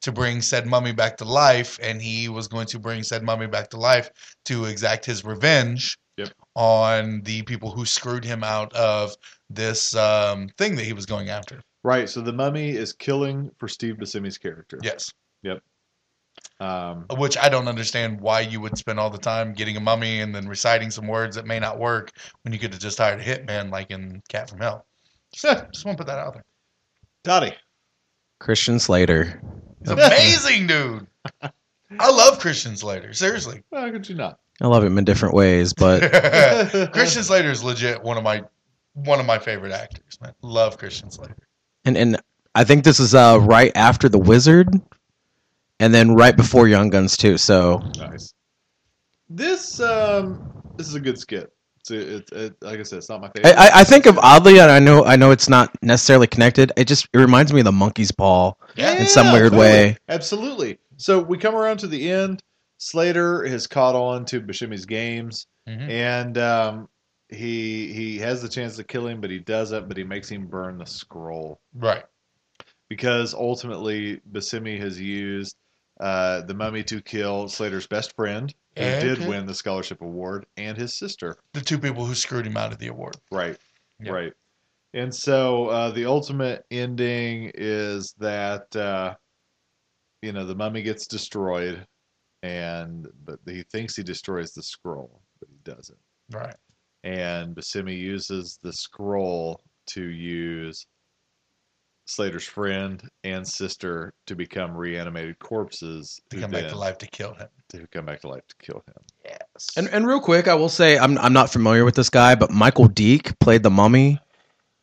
S2: to bring said mummy back to life and he was going to bring said mummy back to life to exact his revenge
S8: Yep.
S2: on the people who screwed him out of this um, thing that he was going after.
S8: Right. So the mummy is killing for Steve Buscemi's character.
S2: Yes.
S8: Um,
S2: Which I don't understand why you would spend all the time getting a mummy and then reciting some words that may not work when you could have just hired a hitman like in Cat from Hell. <laughs> Just, just want to put that out there.
S8: Dottie.
S7: Christian Slater.
S2: He's amazing, dude. I love Christian Slater. Seriously, <laughs>
S8: How could you not?
S7: I love him in different ways, but
S2: Christian Slater is legit one of my one of my favorite actors. Man, love Christian Slater.
S7: and and I think this is uh right after The Wizard, and then right before Young Guns too. So
S8: <laughs> Nice. This um, this is a good skit. It's a, it, it, like I said, it's not my
S7: I,
S8: favorite.
S7: I, I think of oddly, and I know I know it's not necessarily connected. It just it reminds me of the Monkey's Paw.
S2: Yeah.
S7: in some weird way.
S8: Absolutely. So we come around to the end. Slater has caught on to Buscemi's games,
S2: Mhm.
S8: and um, he he has the chance to kill him, but he doesn't. But he makes him burn the scroll
S2: Right.
S8: because ultimately Buscemi has used uh, the mummy to kill Slater's best friend, who
S2: Yeah,
S8: did
S2: okay.
S8: win the scholarship award, and his sister.
S2: The two people who screwed him out of the award.
S8: Right.
S2: Yeah.
S8: Right. And so uh, the ultimate ending is that uh, you know the mummy gets destroyed, and but he thinks he destroys the scroll, but he doesn't.
S2: Right.
S8: And Basimi uses the scroll to use Slater's friend and sister to become reanimated corpses
S2: To
S8: who
S2: come back to
S8: then-
S2: life to kill him.
S8: To come back to life to kill him.
S2: Yes.
S7: And and real quick, I will say I'm I'm not familiar with this guy, but Michael Deak played the Mummy,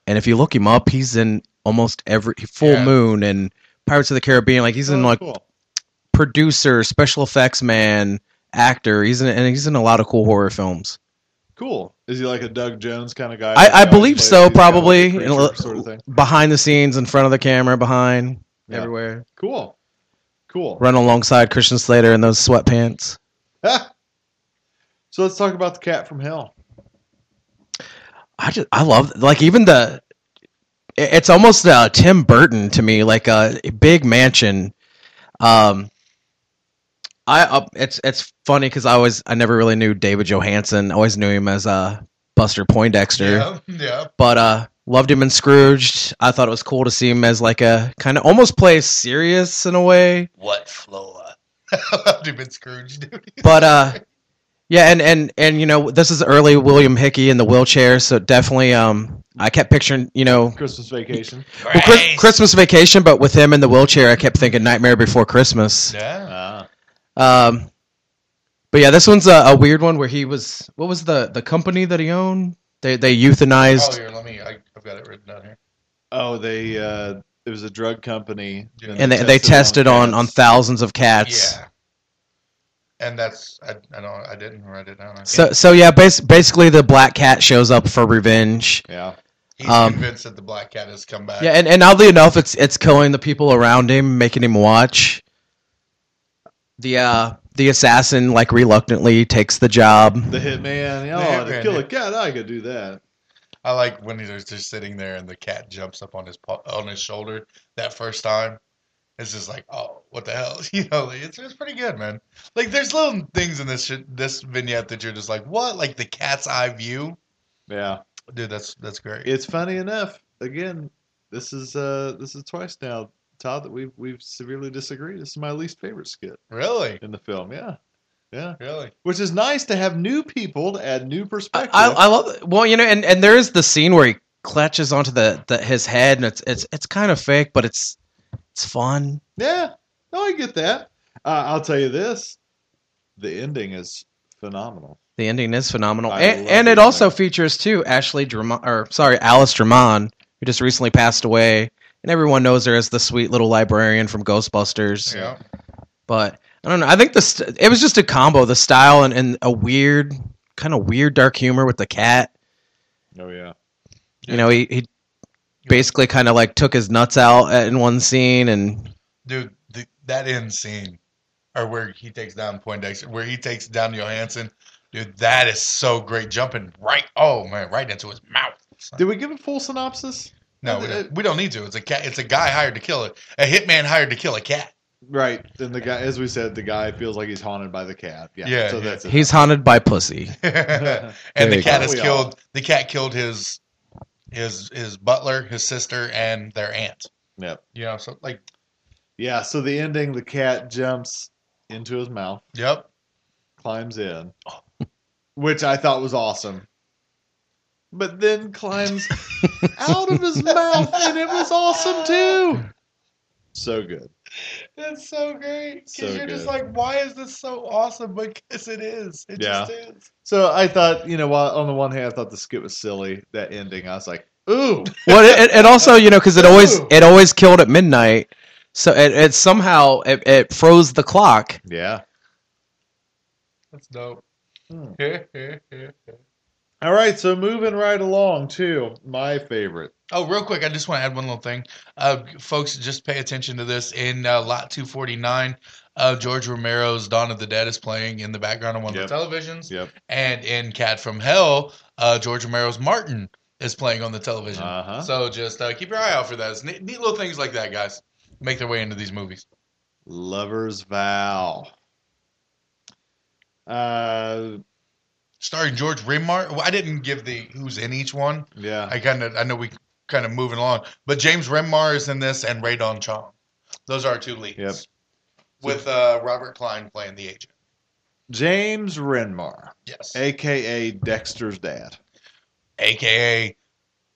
S7: and if you look him up, he's in almost every Full
S2: Yeah.
S7: Moon and Pirates of the Caribbean. Like he's in
S8: Oh,
S7: like
S8: cool.
S7: producer, special effects man, actor. He's in and he's in a lot of cool horror films.
S8: Cool. Is he like a Doug Jones kind of guy?
S7: I- I
S8: Like he always
S7: believe
S8: plays
S7: so,
S8: these kind of
S7: probably.
S8: creature
S7: In a lo-
S8: sort of thing.
S7: Behind the scenes, in front of the camera, behind
S8: Yeah.
S7: everywhere,
S8: Cool. Cool.
S7: run alongside Christian Slater in those sweatpants.
S8: Ah. <laughs> So let's talk about the cat from hell.
S7: I just I love like even the it- it's almost uh, Tim Burton to me like a big mansion um I uh, it's it's funny because I always I never really knew David Johansen. I always knew him as uh, Buster Poindexter.
S2: Yeah, yeah.
S7: but uh loved him in Scrooged. I thought it was cool to see him as like a kind of almost play serious in a way.
S2: What Floa? I've been Scrooge, <laughs> dude.
S7: But uh yeah, and and and you know, this is early William Hickey in the wheelchair, so definitely um I kept picturing, you know,
S8: Christmas vacation.
S7: <laughs> well, Chris- Christmas vacation, but with him in the wheelchair, I kept thinking Nightmare Before Christmas.
S2: Yeah.
S8: Uh,
S7: Um, but yeah, this one's a, a weird one where he was. What was the the company that he owned? They they
S2: Oh,
S7: euthanized
S2: here, let me. I, I've got it written down here.
S8: Oh, they uh it was a drug company.
S2: Yeah.
S7: and they, they tested on on
S8: cats.
S7: thousands of cats.
S2: Yeah. And that's I, I don't I didn't write it down. I
S7: So so yeah, bas- basically the black cat shows up for revenge.
S8: Yeah.
S2: He's
S7: Um,
S2: convinced that the black cat has come back.
S7: Yeah, and, and oddly enough, it's it's killing the people around him, making him watch. The uh the assassin like reluctantly takes the job.
S8: The hitman.
S2: The
S8: Oh, to
S2: hitman,
S8: kill a
S2: yeah.
S8: cat, I could do that.
S2: I like when he's just sitting there and the cat jumps up on his paw, on his shoulder that first time. It's just like, oh, what the hell? <laughs> You know, like, it's, it's pretty good, man. Like, there's little things in this shit, this vignette that you're just like, what? Like the cat's eye view,
S8: Yeah.
S2: dude. That's that's great.
S8: It's funny enough, again, this is uh this is twice now, Todd, that we've we've severely disagreed. This is my least favorite skit
S2: really,
S8: in the film, yeah. Yeah.
S2: really.
S8: Which is nice to have new people to add new
S7: I,
S8: perspective.
S7: I I love well, you know, and, and there is the scene where he clutches onto the, the his head and it's it's it's kind of fake, but it's it's fun.
S8: Yeah, no, I get that. Uh, I'll tell you this: the ending is phenomenal.
S7: The ending is phenomenal,
S8: I
S7: and,
S8: love
S7: and
S8: the
S7: it also
S8: ending.
S7: features too Ashley Drummond, or sorry, Alice Drummond, who just recently passed away, and everyone knows her as the sweet little librarian from Ghostbusters.
S2: Yeah,
S7: But I don't know. I think this it was just a combo: the style and, and a weird kind of weird dark humor with the cat.
S8: Oh yeah,
S7: You know, he he basically kind of like took his nuts out at- in one scene, and
S2: dude. The, that end scene, or where he takes down Poindexter, where he takes down Johansson, dude. That is so great. Jumping right, oh man, right into his mouth. son.
S8: did we give a full synopsis?
S2: No,
S8: Uh,
S2: we
S8: uh,
S2: don't, we don't need to. It's a cat. It's a guy hired to kill it. A hitman hired to kill a cat. <laughs>
S8: uh, Right. Then the guy, as we said, the guy feels like he's haunted by the cat. Yeah.
S2: Yeah,
S8: so
S2: yeah.
S8: that's it.
S7: he's haunted by pussy.
S2: and
S7: There
S2: the
S7: you
S2: cat
S8: go.
S2: has
S8: We
S2: killed. The cat killed his his his butler, his sister, and their aunt.
S8: Yep.
S2: You know, so like,
S8: Yeah. So the ending: the cat jumps into his mouth,
S2: yep,
S8: climbs in, which I thought was awesome. But then climbs out of his mouth, and it was awesome too. So good.
S2: that's so great.
S8: 'cause So you're just good.
S2: like, why is this so awesome? <laughs> Because it is. It
S8: just
S2: is.
S8: So I thought, you know, while on the one hand, I thought the skit was silly. That ending, I was like, ooh,
S7: well, it, it- it also you know because it always
S8: Ooh.
S7: it always killed at midnight, so it, it somehow it, it froze the clock.
S8: yeah.
S2: That's dope. <laughs>
S8: Hmm.
S2: oh,
S8: All right, so moving right along to my favorite.
S2: Oh, real quick, I just want to add one little thing, uh, folks. Just pay attention to this. In uh, lot two forty nine, uh, George Romero's Dawn of the Dead is playing in the background on one
S8: Yep.
S2: of the televisions.
S8: Yep.
S2: And in Cat from Hell, uh, George Romero's Martin is playing on the television.
S8: Uh-huh.
S2: So just uh, keep your eye out for that. It's neat, neat little things like that, guys. Make their way into these movies.
S8: Lover's Vow. Uh,
S2: Starring George Remar. Well, I didn't give the who's in each one.
S8: yeah.
S2: I kind of I know we kind of moving along, but James Remar is in this and Ray Don Chong. Those are our two leads.
S8: Yep.
S2: With uh, Robert Klein playing the agent.
S8: James Renmar,
S2: Yes.
S8: aka Dexter's dad.
S2: AKA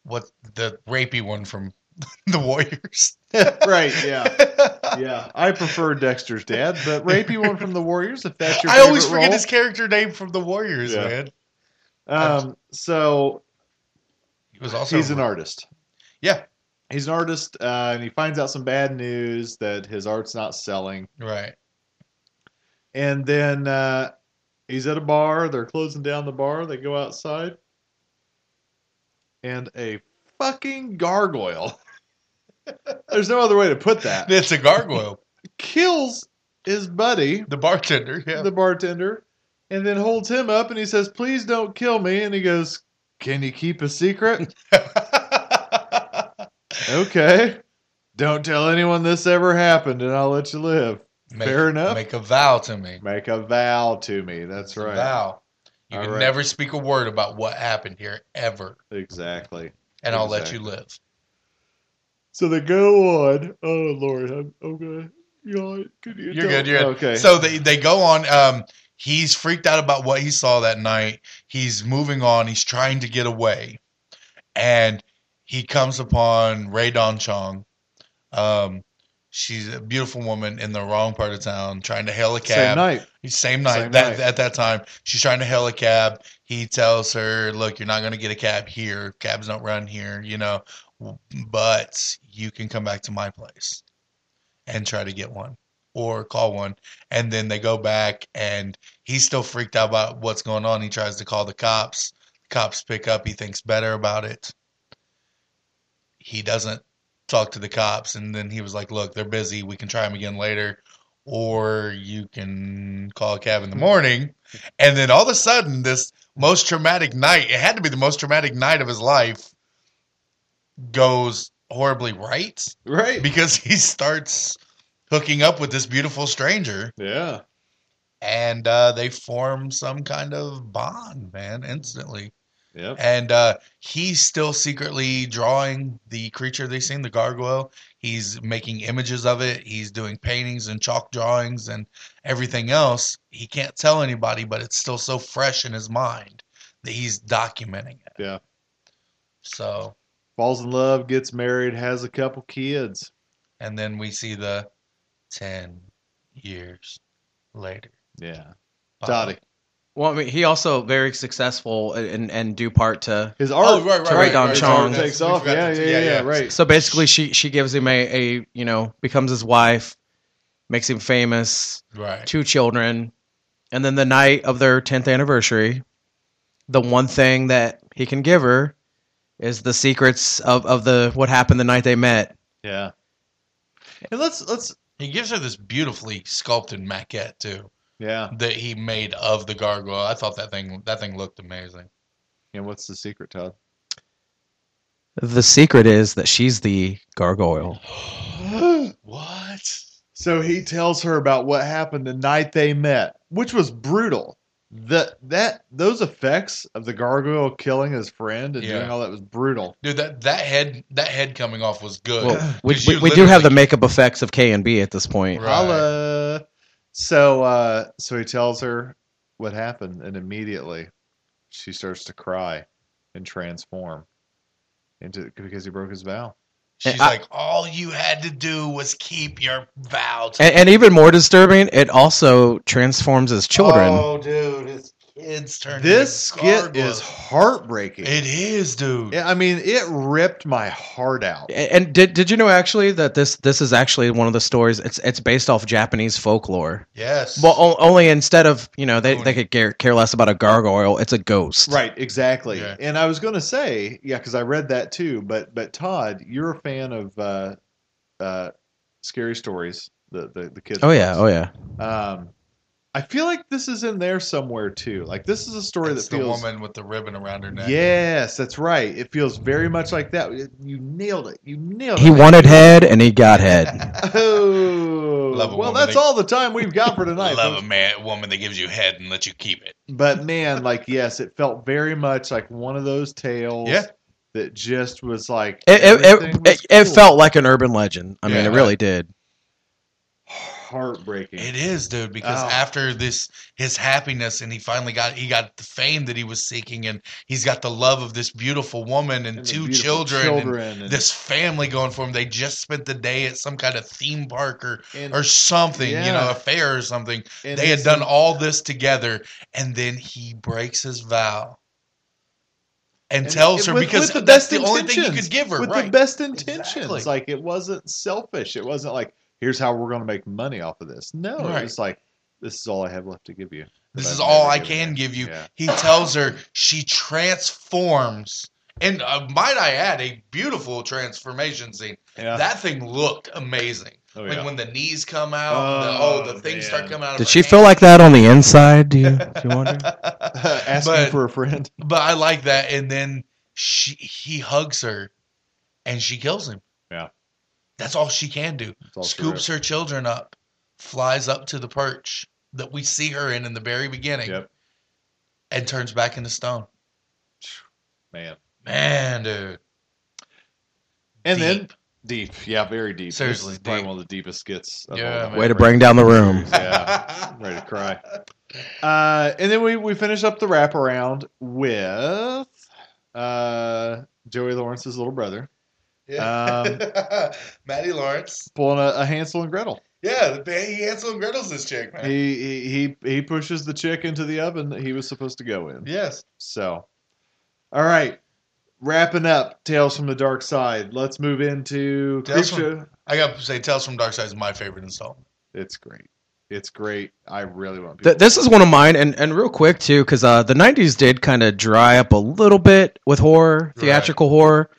S2: what the rapey one from <laughs> the Warriors.
S8: Right, yeah. Yeah. I prefer Dexter's dad, but rapey one from the Warriors, if that's your
S2: I always
S8: favorite
S2: forget
S8: role.
S2: his character name from the Warriors,
S8: Yeah.
S2: man.
S8: Um, so
S2: He was also
S8: he's an artist.
S2: Yeah,
S8: he's an artist uh, and he finds out some bad news that his art's not selling
S2: right.
S8: and then uh, he's at a bar they're closing down the bar they go outside and a fucking gargoyle <laughs> there's no other way to put that
S2: It's a gargoyle.
S8: kills his buddy
S2: the bartender. Yeah.
S8: the bartender and then holds him up and he says please don't kill me and he goes can you keep a secret okay don't tell anyone this ever happened and i'll let you live
S2: <laughs> Make,
S8: Fair enough.
S2: Make a vow to me.
S8: Make a vow to me. That's
S2: A
S8: right.
S2: vow. You
S8: All
S2: can
S8: right.
S2: never speak a word about what happened here ever,
S8: Exactly.
S2: and I'll let
S8: Exactly.
S2: you live.
S8: So they go on. Oh Lord, I'm okay. Y'all, could you
S2: You're
S8: tell-
S2: good. You're good.
S8: okay.
S2: So they, they go on. Um, he's freaked out about what he saw that night. He's moving on. He's trying to get away, and he comes upon Ray Don Chong. Um, she's a beautiful woman in the wrong part of town, trying to hail a cab.
S8: same night.
S2: Same night.
S8: Same
S2: that,
S8: night.
S2: At that time, she's trying to hail a cab. He tells her, "Look, you're not going to get a cab here. Cabs don't run here, you know. But you can come back to my place and try to get one or call one." And then they go back, and he's still freaked out about what's going on. He tries to call the cops. cops pick up. He thinks better about it. He doesn't talk to the cops, and then he was like, "Look, they're busy. We can try them again later." or you can call a cab in the morning. And then all of a sudden, this most traumatic night, it had to be the most traumatic night of his life, goes horribly right
S8: Right.
S2: because he starts hooking up with this beautiful stranger
S8: yeah.
S2: and uh, they form some kind of bond, man, instantly.
S8: Yep.
S2: And uh, he's still secretly drawing the creature they've seen, the gargoyle. He's making images of it. He's doing paintings and chalk drawings and everything else. He can't tell anybody, but it's still so fresh in his mind that he's documenting it.
S8: Yeah.
S2: So,
S8: Falls in love, gets married, has a couple kids.
S2: and then we see the 10 years later.
S8: Yeah.
S2: pop-up.
S8: Toddy.
S7: Well, I mean, he also very successful and and due part to.
S8: His art.
S2: Oh, right, right,
S7: Sorry,
S2: right.
S7: Don
S2: right,
S7: Chong.
S2: sorry, that's-
S8: takes
S2: we
S8: off.
S2: forgot
S8: Yeah,
S2: to-
S8: yeah, yeah, Right.
S7: So basically, she she gives him a, a you know becomes his wife, makes him famous,
S2: Right.
S7: two children, and then the night of their tenth anniversary, the one thing that he can give her is the secrets of of the what happened the night they met.
S8: Yeah. And let's let's.
S2: He gives her this beautifully sculpted maquette too
S8: Yeah.
S2: that he made of the gargoyle. I thought that thing that thing looked amazing.
S8: And what's the secret, Todd?
S7: The secret is that she's the gargoyle.
S8: <gasps>
S2: what?
S8: So he tells her about what happened the night they met, which was brutal. That that those effects of the gargoyle killing his friend and doing
S2: Yeah.
S8: all that was brutal.
S2: Dude, that that head that head coming off was good.
S7: Well, we,
S2: 'Cause
S7: we,
S2: you
S7: we do have the
S2: literally-
S7: makeup effects of K and B at this point.
S2: Right.
S8: Holla. So uh so he tells her what happened and immediately she starts to cry and transform into because he broke his vow.
S2: She's
S7: I-
S2: like, all you had to do was keep your vow. To
S7: And, and even more disturbing, it also transforms his children.
S2: Oh, dude, his kids turned.
S8: This
S2: into
S8: skit
S2: gargoyles.
S8: is heartbreaking.
S2: It is, dude.
S8: Yeah, I mean, it ripped my heart out.
S7: A- And did did you know actually that this this is actually one of the stories? It's it's based off Japanese folklore.
S2: Yes.
S7: Well, o- only instead of you know they, they
S2: Oni.
S7: could care, care less about a gargoyle, it's a ghost.
S8: Right, exactly.
S2: Yeah.
S8: And I was going to say, yeah, because I read that too. But but Todd, you're a fan of uh, uh, scary stories. The the, the kids.
S7: Oh yeah. Oh yeah.
S8: yeah. Um, I feel like this is in there somewhere too. Like this is a story
S2: it's
S8: that
S2: the
S8: feels.
S2: woman with the ribbon around her neck.
S8: Yes, that's right. It feels very much like that. You nailed it. Oh, You nailed it.
S7: He wanted head and he got head.
S8: <laughs> Oh,
S2: Love a
S8: well,
S2: woman
S8: that's
S2: that-
S8: all the time we've got for tonight.
S2: <laughs>
S8: folks.
S2: Love a man, woman that gives you head and lets you keep it.
S8: but man, like yes, it felt very much like one of those tales
S2: Yeah.
S8: that just was like
S7: It it, it,
S8: everything was
S7: it- it
S8: cool.
S7: felt like an urban legend. I mean,
S2: Yeah.
S7: it really did.
S8: heartbreaking.
S2: It is, dude, because
S8: Oh.
S2: after this his happiness and he finally got he got the fame that he was seeking and he's got the love of this beautiful woman and,
S8: And the
S2: two
S8: beautiful
S2: children,
S8: children
S2: and
S8: and-
S2: this family going for him. They just spent the day at some kind of theme park or
S8: And-
S2: or something, you know,
S8: Yeah.
S2: a fair or something.
S8: and
S2: they had
S8: it's-
S2: done all this together and then he breaks his vow. And,
S8: and
S2: tells
S8: it-
S2: her
S8: with-
S2: because
S8: with the
S2: that's
S8: best
S2: the only thing you
S8: intentions,
S2: could give her,
S8: with
S2: right?
S8: the best intentions.
S2: Exactly.
S8: Like it wasn't selfish. It wasn't like here's how we're going to make money off of this. No,
S2: Right.
S8: it's like this is all I have left to give you. that
S2: This
S8: I've
S2: is all
S8: never
S2: I
S8: given
S2: can give you.
S8: Yeah.
S2: He tells her she transforms. And uh, might I add, a beautiful transformation scene.
S8: Yeah.
S2: That thing looked amazing.
S8: Oh,
S2: Like
S8: yeah.
S2: when the knees come out, oh, the, oh,
S8: Oh,
S2: the things
S8: man.
S2: start coming out. of
S7: Did
S2: her
S7: she
S2: hand.
S7: feel like that on the inside? Do you, do you wonder?
S8: <laughs>
S2: <laughs>
S8: Asking
S2: But-
S8: for a friend.
S2: But I like that. And then she he hugs her, and she kills him.
S8: Yeah.
S2: that's all she can do.
S8: all she
S2: Scoops her children up, flies up to the perch that we see her in in the very beginning
S8: Yep.
S2: and turns back into stone.
S8: Man.
S2: Man, dude.
S8: And then
S2: Deep.
S8: deep. Yeah, very deep. This
S2: Seriously,
S8: is probably
S2: deep.
S8: one of the deepest skits. of
S2: Yeah,
S8: all
S2: man.
S7: Way to bring down the room.
S8: <laughs> Yeah. I'm ready to cry. Uh, and then we, we finish up the wraparound with uh, Joey Lawrence's little brother Um,
S2: <laughs> Yeah. Maddie Lawrence.
S8: pulling a, a Hansel and Gretel.
S2: Yeah, the band, he Hansel and Gretel's this chick, man.
S8: He, he he he pushes the chick into the oven that he was supposed to go in.
S2: yes.
S8: So, all right, wrapping up Tales from the Dark Side. Let's move into
S2: Tales from-
S8: Creepshow.
S2: I got to say, Tales from Dark Side is my favorite installment.
S8: It's great. It's great. I really want people.
S7: Th- this is one of mine, and, and real quick too, because uh, the '90s did kind of dry up a little bit with horror, theatrical horror.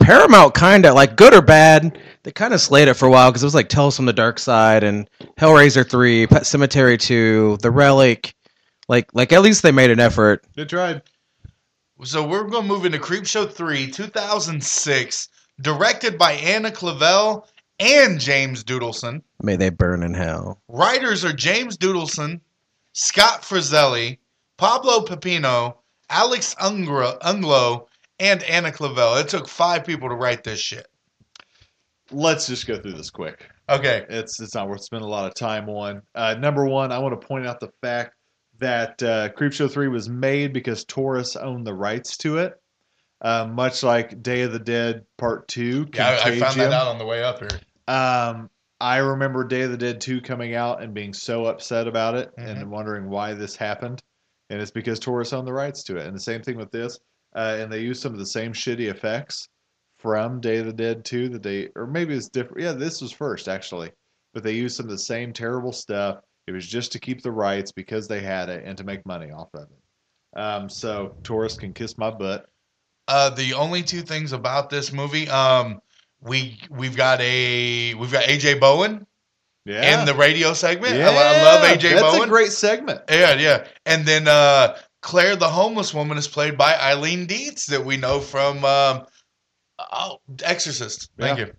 S7: Paramount kind of like good or bad, they kind of slayed it for a while because it was like Tales from the Dark Side and Hellraiser three, Pet Cemetery two, The Relic. Like like at least they made an effort.
S8: They tried.
S2: So we're going to move into Creepshow 3, 2006, directed by Anna Clavel and James Doodleson.
S7: May they burn in hell.
S2: Writers are James Doodleson, Scott Frizzelli, Pablo Pepino, Alex Ungra, Unglo, and Anna Clavel. It took five people to write this shit.
S8: Let's just go through this quick.
S2: Okay.
S8: It's it's not worth spending a lot of time on. Uh, number one, I want to point out the fact that uh, Creepshow three was made because Taurus owned the rights to it, uh, much like Day of the Dead Part Two.
S2: Yeah, I, I found that
S8: Contagion.
S2: out on the way up here.
S8: Um, I remember Day of the Dead 2 coming out and being so upset about it
S2: Mhm.
S8: and wondering why this happened. And it's because Taurus owned the rights to it. And the same thing with this. Uh, and they used some of the same shitty effects from Day of the Dead 2 that they, or maybe it's different. Yeah, this was first, actually. But they used some of the same terrible stuff. It was just to keep the rights because they had it and to make money off of it. Um, so Taurus can kiss my butt.
S2: Uh, the only two things about this movie, um, we we've got a we've got AJ Bowen
S8: Yeah.
S2: in the radio segment. I, I love
S8: Yeah,
S2: AJ
S8: That's
S2: Bowen.
S8: a great segment.
S2: Yeah, yeah. And then uh, Claire, the homeless woman, is played by Eileen Dietz, that we know from um, oh, Exorcist. Thank
S8: Yeah.
S2: you.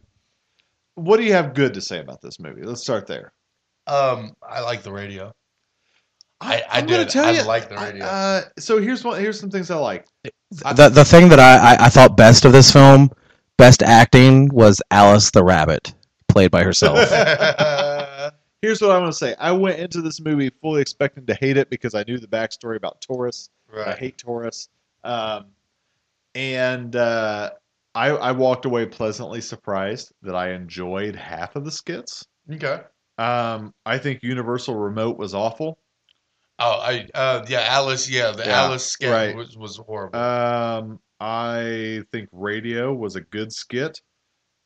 S8: What do you have good to say about this movie? Let's start there.
S2: Um, I like the radio. I, I
S8: I'm gonna
S2: did.
S8: tell
S2: I
S8: you,
S2: like the radio.
S8: I- uh, so here's one. Here's some things I like.
S7: The the thing that I, I I thought best of this film, best acting was Alice the Rabbit, played by herself.
S8: <laughs> Here's what I want to say. I went into this movie fully expecting to hate it because I knew the backstory about Taurus. I
S2: right.
S8: hate Taurus, um, and uh, I, I walked away pleasantly surprised that I enjoyed half of the skits.
S2: Okay.
S8: Um, I think Universal Remote was awful.
S2: Oh, I uh, yeah, Alice. Yeah, the
S8: Yeah,
S2: Alice skit
S8: right.
S2: was, was horrible.
S8: Um, I think Radio was a good skit,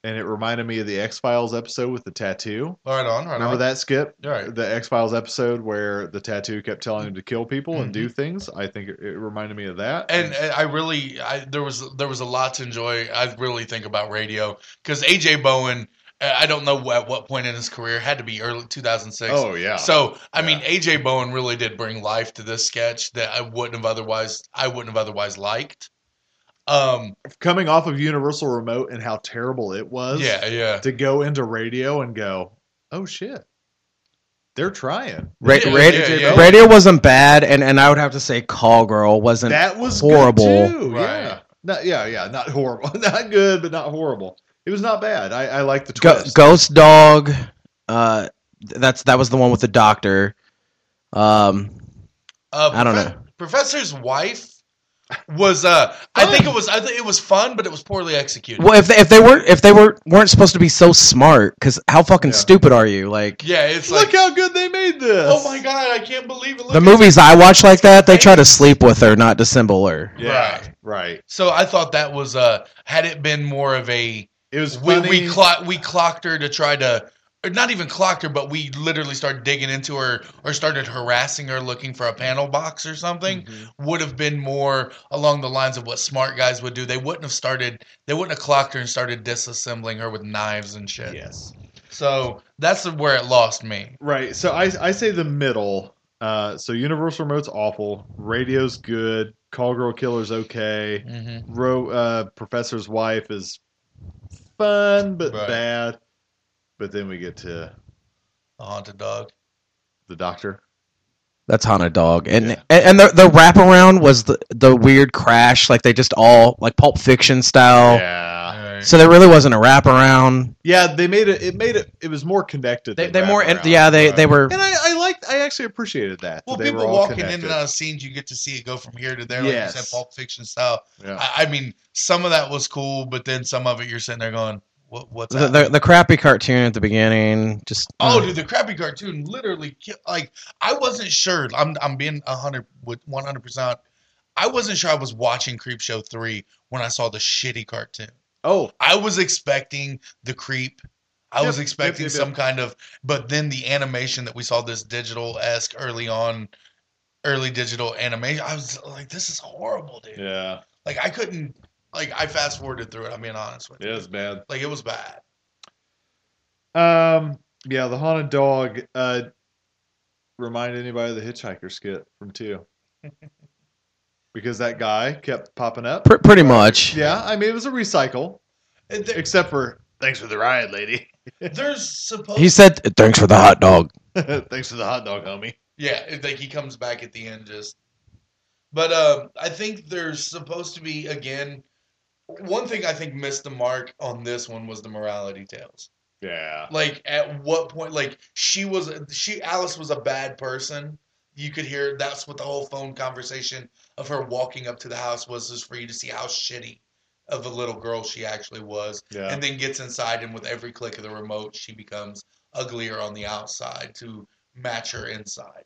S8: and it reminded me of the X Files episode with the tattoo.
S2: right on. Right
S8: Remember
S2: on.
S8: that skit?
S2: All right.
S8: the X Files episode where the tattoo kept telling him to kill people and do things. I think it, it reminded me of that.
S2: Mm-hmm. And uh, I really, I there was there was a lot to enjoy. I really think about radio because AJ Bowen. uh, I don't know at what point in his career had to be early 2006.
S8: oh yeah,
S2: So I
S8: Yeah.
S2: mean, AJ Bowen really did bring life to this sketch that I wouldn't have otherwise I wouldn't have otherwise liked. Um,
S8: coming off of Universal Remote and how terrible it was.
S2: yeah, yeah.
S8: to go into radio and go, oh shit, they're trying.
S7: Ra-
S2: Yeah,
S7: ra-
S2: yeah, yeah.
S7: Radio wasn't bad, and, and I would have to say Call Girl wasn't.
S8: That was
S7: horrible.
S8: Good too.
S2: Right.
S8: Yeah, not, yeah, yeah, not horrible, <laughs> not good, but not horrible. It was not bad. I, I like the
S7: Go-
S8: twist.
S7: Ghost Dog, uh, th- that's that was the one with the doctor. Um,
S2: Uh,
S7: I don't
S2: Profe- Professor's wife was uh, I think
S7: Oh.
S2: it was I think it was fun, but it was poorly executed.
S7: well, if they, if they weren't if they were weren't supposed to be so smart, because how fucking
S8: Yeah.
S7: stupid are you? Like
S2: Yeah, it's
S8: Look
S2: like
S8: how good they made this.
S2: oh my god, I can't believe it. Look
S7: the
S2: at-
S7: movies I watch like that, they try to sleep with her, not dissemble her.
S8: Yeah,
S2: Right.
S8: right.
S2: So I thought that was uh, had it been more of a
S8: It was
S2: we
S8: funny.
S2: we, clock, we clocked her to try to or not even clocked her, but we literally started digging into her or started harassing her looking for a panel box or something
S8: Mm-hmm.
S2: would have been more along the lines of what smart guys would do. They wouldn't have started they wouldn't have clocked her and started disassembling her with knives and shit.
S8: yes.
S2: So that's where it lost me.
S8: Right. So I I say the middle. Uh, so Universal Remote's awful. Radio's good. Call Girl Killer's okay.
S2: hmm
S8: Ro- uh, Professor's Wife is fun but
S2: Right.
S8: bad. But then we get to
S2: The haunted dog.
S8: The doctor.
S7: That's Hana Dog, and
S2: Yeah.
S7: and, and the the wraparound was the the weird crash, like they just all like Pulp Fiction style.
S8: Yeah.
S2: Alright.
S7: So there really wasn't a wraparound.
S8: Yeah, they made it. It made it. It was more connected.
S7: They
S8: than
S7: they more and
S8: wraparound.
S7: yeah they they were
S8: And I, I liked. I actually appreciated that.
S2: well,
S8: that they were
S2: people
S8: all
S2: walking in
S8: connected.
S2: and out of scenes, you get to see it go from here to there, like
S8: Yes.
S2: you said, Pulp Fiction style.
S8: Yeah.
S2: I, I mean, some of that was cool, but then some of it you're sitting there going, "What? What's
S7: the,
S2: that?"
S7: the the crappy cartoon at the beginning. Just
S2: oh,
S7: uh,
S2: dude, the crappy cartoon literally ki- like I wasn't sure. I'm I'm being hundred with one hundred percent. I wasn't sure I was watching Creep Show three when I saw the shitty cartoon.
S8: Oh,
S2: I was expecting the creep. I
S8: Yep,
S2: was
S8: yep,
S2: expecting
S8: yep,
S2: some
S8: yep.
S2: kind of, but then the animation that we saw this digital esque early on, early digital animation. I was like, this is horrible, dude.
S8: yeah.
S2: Like I couldn't. Like I fast forwarded through it. I'm being honest with you.
S8: is bad.
S2: Like it was bad.
S8: Um. Yeah, the haunted dog. Uh, remind anybody of the hitchhiker skit from <laughs> two, because that guy kept popping up.
S7: pr- pretty much.
S8: Yeah, I mean it was a recycle,
S2: And
S8: <laughs>
S2: there-
S8: except for thanks for the ride, lady. <laughs>
S2: there's supposed.
S7: He said thanks for the hot dog.
S8: thanks for the hot dog, homie.
S2: Yeah, it- like he comes back at the end just. But um, I think there's supposed to be again. One thing I think missed the mark on this one was the morality tales.
S8: Yeah.
S2: Like at what point? Like she was she Alice was a bad person. You could hear that's what the whole phone conversation of her walking up to the house was, is for you to see how shitty of a little girl she actually was
S8: Yeah.
S2: and then gets inside and with every click of the remote she becomes uglier on the outside to match her inside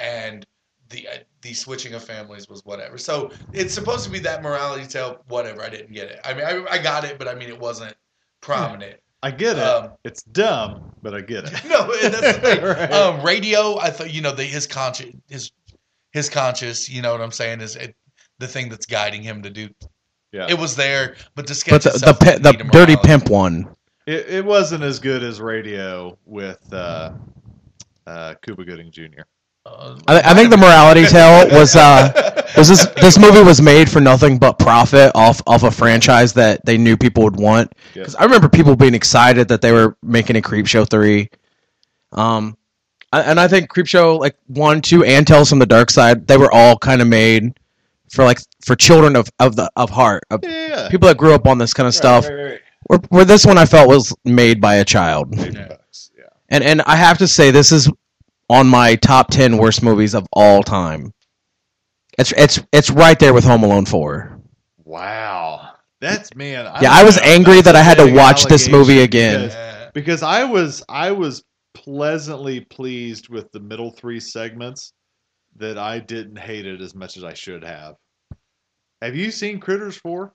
S2: and the uh, the switching of families was whatever so it's supposed to be that morality tale whatever i didn't get it i mean i, I got it but i mean it wasn't prominent
S8: I get it.
S2: Um,
S8: it's dumb, but I get <laughs> it.
S2: no and that's the thing
S8: <laughs> Right.
S2: um, radio i thought you know the, his conscious his his conscious you know what i'm saying is it, the thing that's guiding him to do
S8: Yeah.
S2: it was there but the sketch
S7: But the the,
S2: itself
S7: pe-
S2: didn't
S7: the
S2: need a
S7: dirty
S2: morality.
S7: pimp one.
S8: It, it wasn't as good as radio with uh, uh, Cuba Gooding Jr. <laughs>
S2: Uh,
S7: I, I think the
S2: <laughs>
S7: morality tale was uh was this this movie was made for nothing but profit off off a franchise that they knew people would want.
S8: Yeah.
S7: Because I remember people being excited that they were making a Creep Show three. Um, I- and I think Creep Show like one, two, and Tales from the Dark Side they were all kind of made for like for children of of the of heart of
S8: Yeah.
S7: people that grew up on this kind of stuff.
S8: Right, right, right.
S7: Where, where this one I felt was made by a child.
S8: Eighty bucks, yeah.
S7: And and I have to say this is on my top 10 worst movies of all time. It's it's it's right there with Home Alone 4.
S8: Wow. That's man. I
S7: Yeah,
S8: don't
S7: I was
S8: know.
S7: angry
S8: That's
S7: that
S8: a
S7: I had to
S8: big
S7: watch this movie
S8: allegation
S7: again.
S8: because- because I was I was pleasantly pleased with the middle three segments that I didn't hate it as much as I should have. Have you seen Critters Four?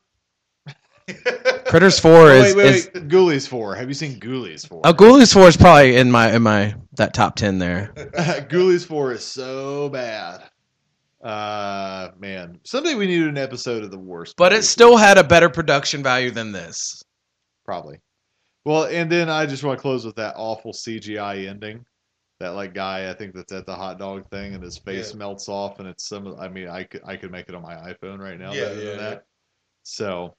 S8: <laughs>
S7: Critters 4
S8: Oh,
S7: is
S8: wait, wait,
S7: is
S8: wait. Ghoulies Four. Have you seen Ghoulies Four?
S7: Oh, Ghoulies 4 is probably in my in my that top 10 there.
S8: <laughs> Ghoulies Four is so bad. Uh man, someday we needed an episode of the worst.
S7: But it
S8: movies.
S7: still had a better production value than this.
S8: probably. Well, and then I just want to close with that awful CGI ending. That like guy, I think that's at the hot dog thing, and his face
S2: Yeah.
S8: melts off, and it's some. I mean, I could I could make it on my iPhone right now.
S2: Yeah,
S8: better than
S2: yeah,
S8: that. So,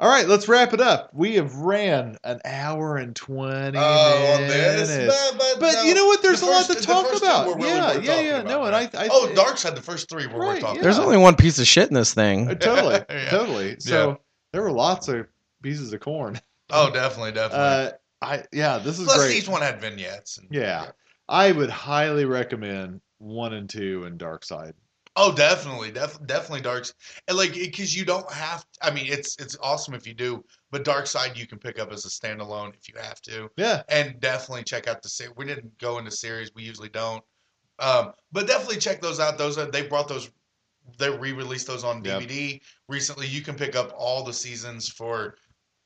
S8: all right, let's wrap it up. We have ran an hour and twenty
S2: Oh, on
S8: minutes.
S2: this, but, but,
S8: But
S2: no.
S8: you know what? There's
S2: The
S8: a lot
S2: first-
S8: to
S2: the
S8: talk
S2: first two
S8: about.
S2: were really
S8: yeah,
S2: worth
S8: yeah,
S2: talking
S8: yeah.
S2: about,
S8: no, and
S2: right?
S8: I, I
S2: oh, Dark Side, the first three were
S8: Right,
S2: worth talking.
S8: yeah. Uh,
S7: There's
S2: about.
S7: only one piece of shit in this thing.
S8: <laughs> totally,
S2: <laughs> Yeah.
S8: totally. So there were lots of pieces of corn.
S2: Oh, definitely, definitely.
S8: Uh, I yeah, this is
S2: Plus,
S8: great.
S2: each one had vignettes. and-
S8: Yeah. I would highly recommend one and two and Dark Side.
S2: Oh, definitely, def- definitely darks, and like because you don't have. I mean, it's it's awesome if you do, but Dark Side you can pick up as a standalone if you have to,
S8: Yeah.
S2: and definitely check out the series. We didn't go into series; we usually don't, um, but definitely check those out. Those are they brought those, they re-released those on
S8: Yep.
S2: DVD recently. You can pick up all the seasons for,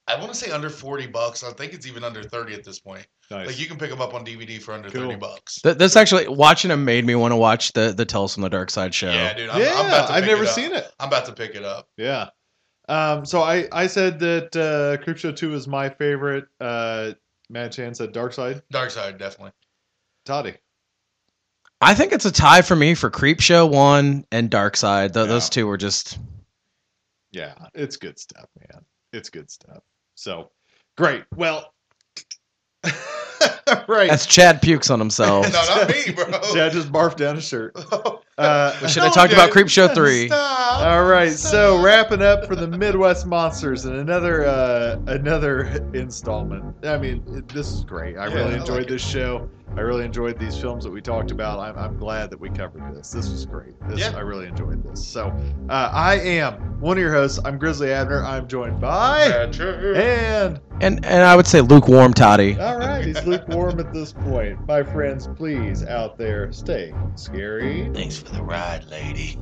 S2: I want to say under forty bucks. I think it's even under thirty at this point.
S8: Nice.
S2: Like you can pick them up on DVD for under
S8: Cool.
S2: thirty bucks.
S7: Th- this actually watching them made me want to watch the the Tales from the Dark Side show.
S2: Yeah, dude. I'm,
S8: yeah,
S2: I'm about to
S8: I've
S2: pick
S8: never
S2: it up.
S8: seen it.
S2: I'm about to pick it up.
S8: Yeah. Um, so I, I said that uh, Creep Show 2 is my favorite. Uh, Mad Chan said Dark Side.
S2: Dark Side, definitely.
S8: Toddy.
S7: I think it's a tie for me for Creep Show 1 and Dark Side. Th-
S8: Yeah.
S7: Those two were just
S8: Yeah, it's good stuff, man. It's good stuff. So great. Well, <laughs> right.
S7: That's Chad pukes on himself.
S2: <laughs>
S8: Oh.
S2: no, not me,
S8: <laughs>
S2: bro. <laughs>
S8: Chad just barfed down his shirt. Uh,
S7: We should have talked about Creep Show 3.
S2: Stop.
S8: <laughs> All right, so wrapping up for the Midwest Monsters and another uh, another installment. I mean, it, this is great. I
S2: Yeah,
S8: really
S2: I
S8: enjoyed
S2: like
S8: this show. I really enjoyed these films that we talked about. I'm, I'm glad that we covered this. This was great. This,
S2: Yeah.
S8: I really enjoyed this. So uh, I am one of your hosts. I'm Grizzly Abner. I'm joined by and
S7: And and I would say lukewarm toddy.
S8: all right, he's lukewarm at this point. My friends, please out there, stay scary.
S2: Thanks for the ride, lady.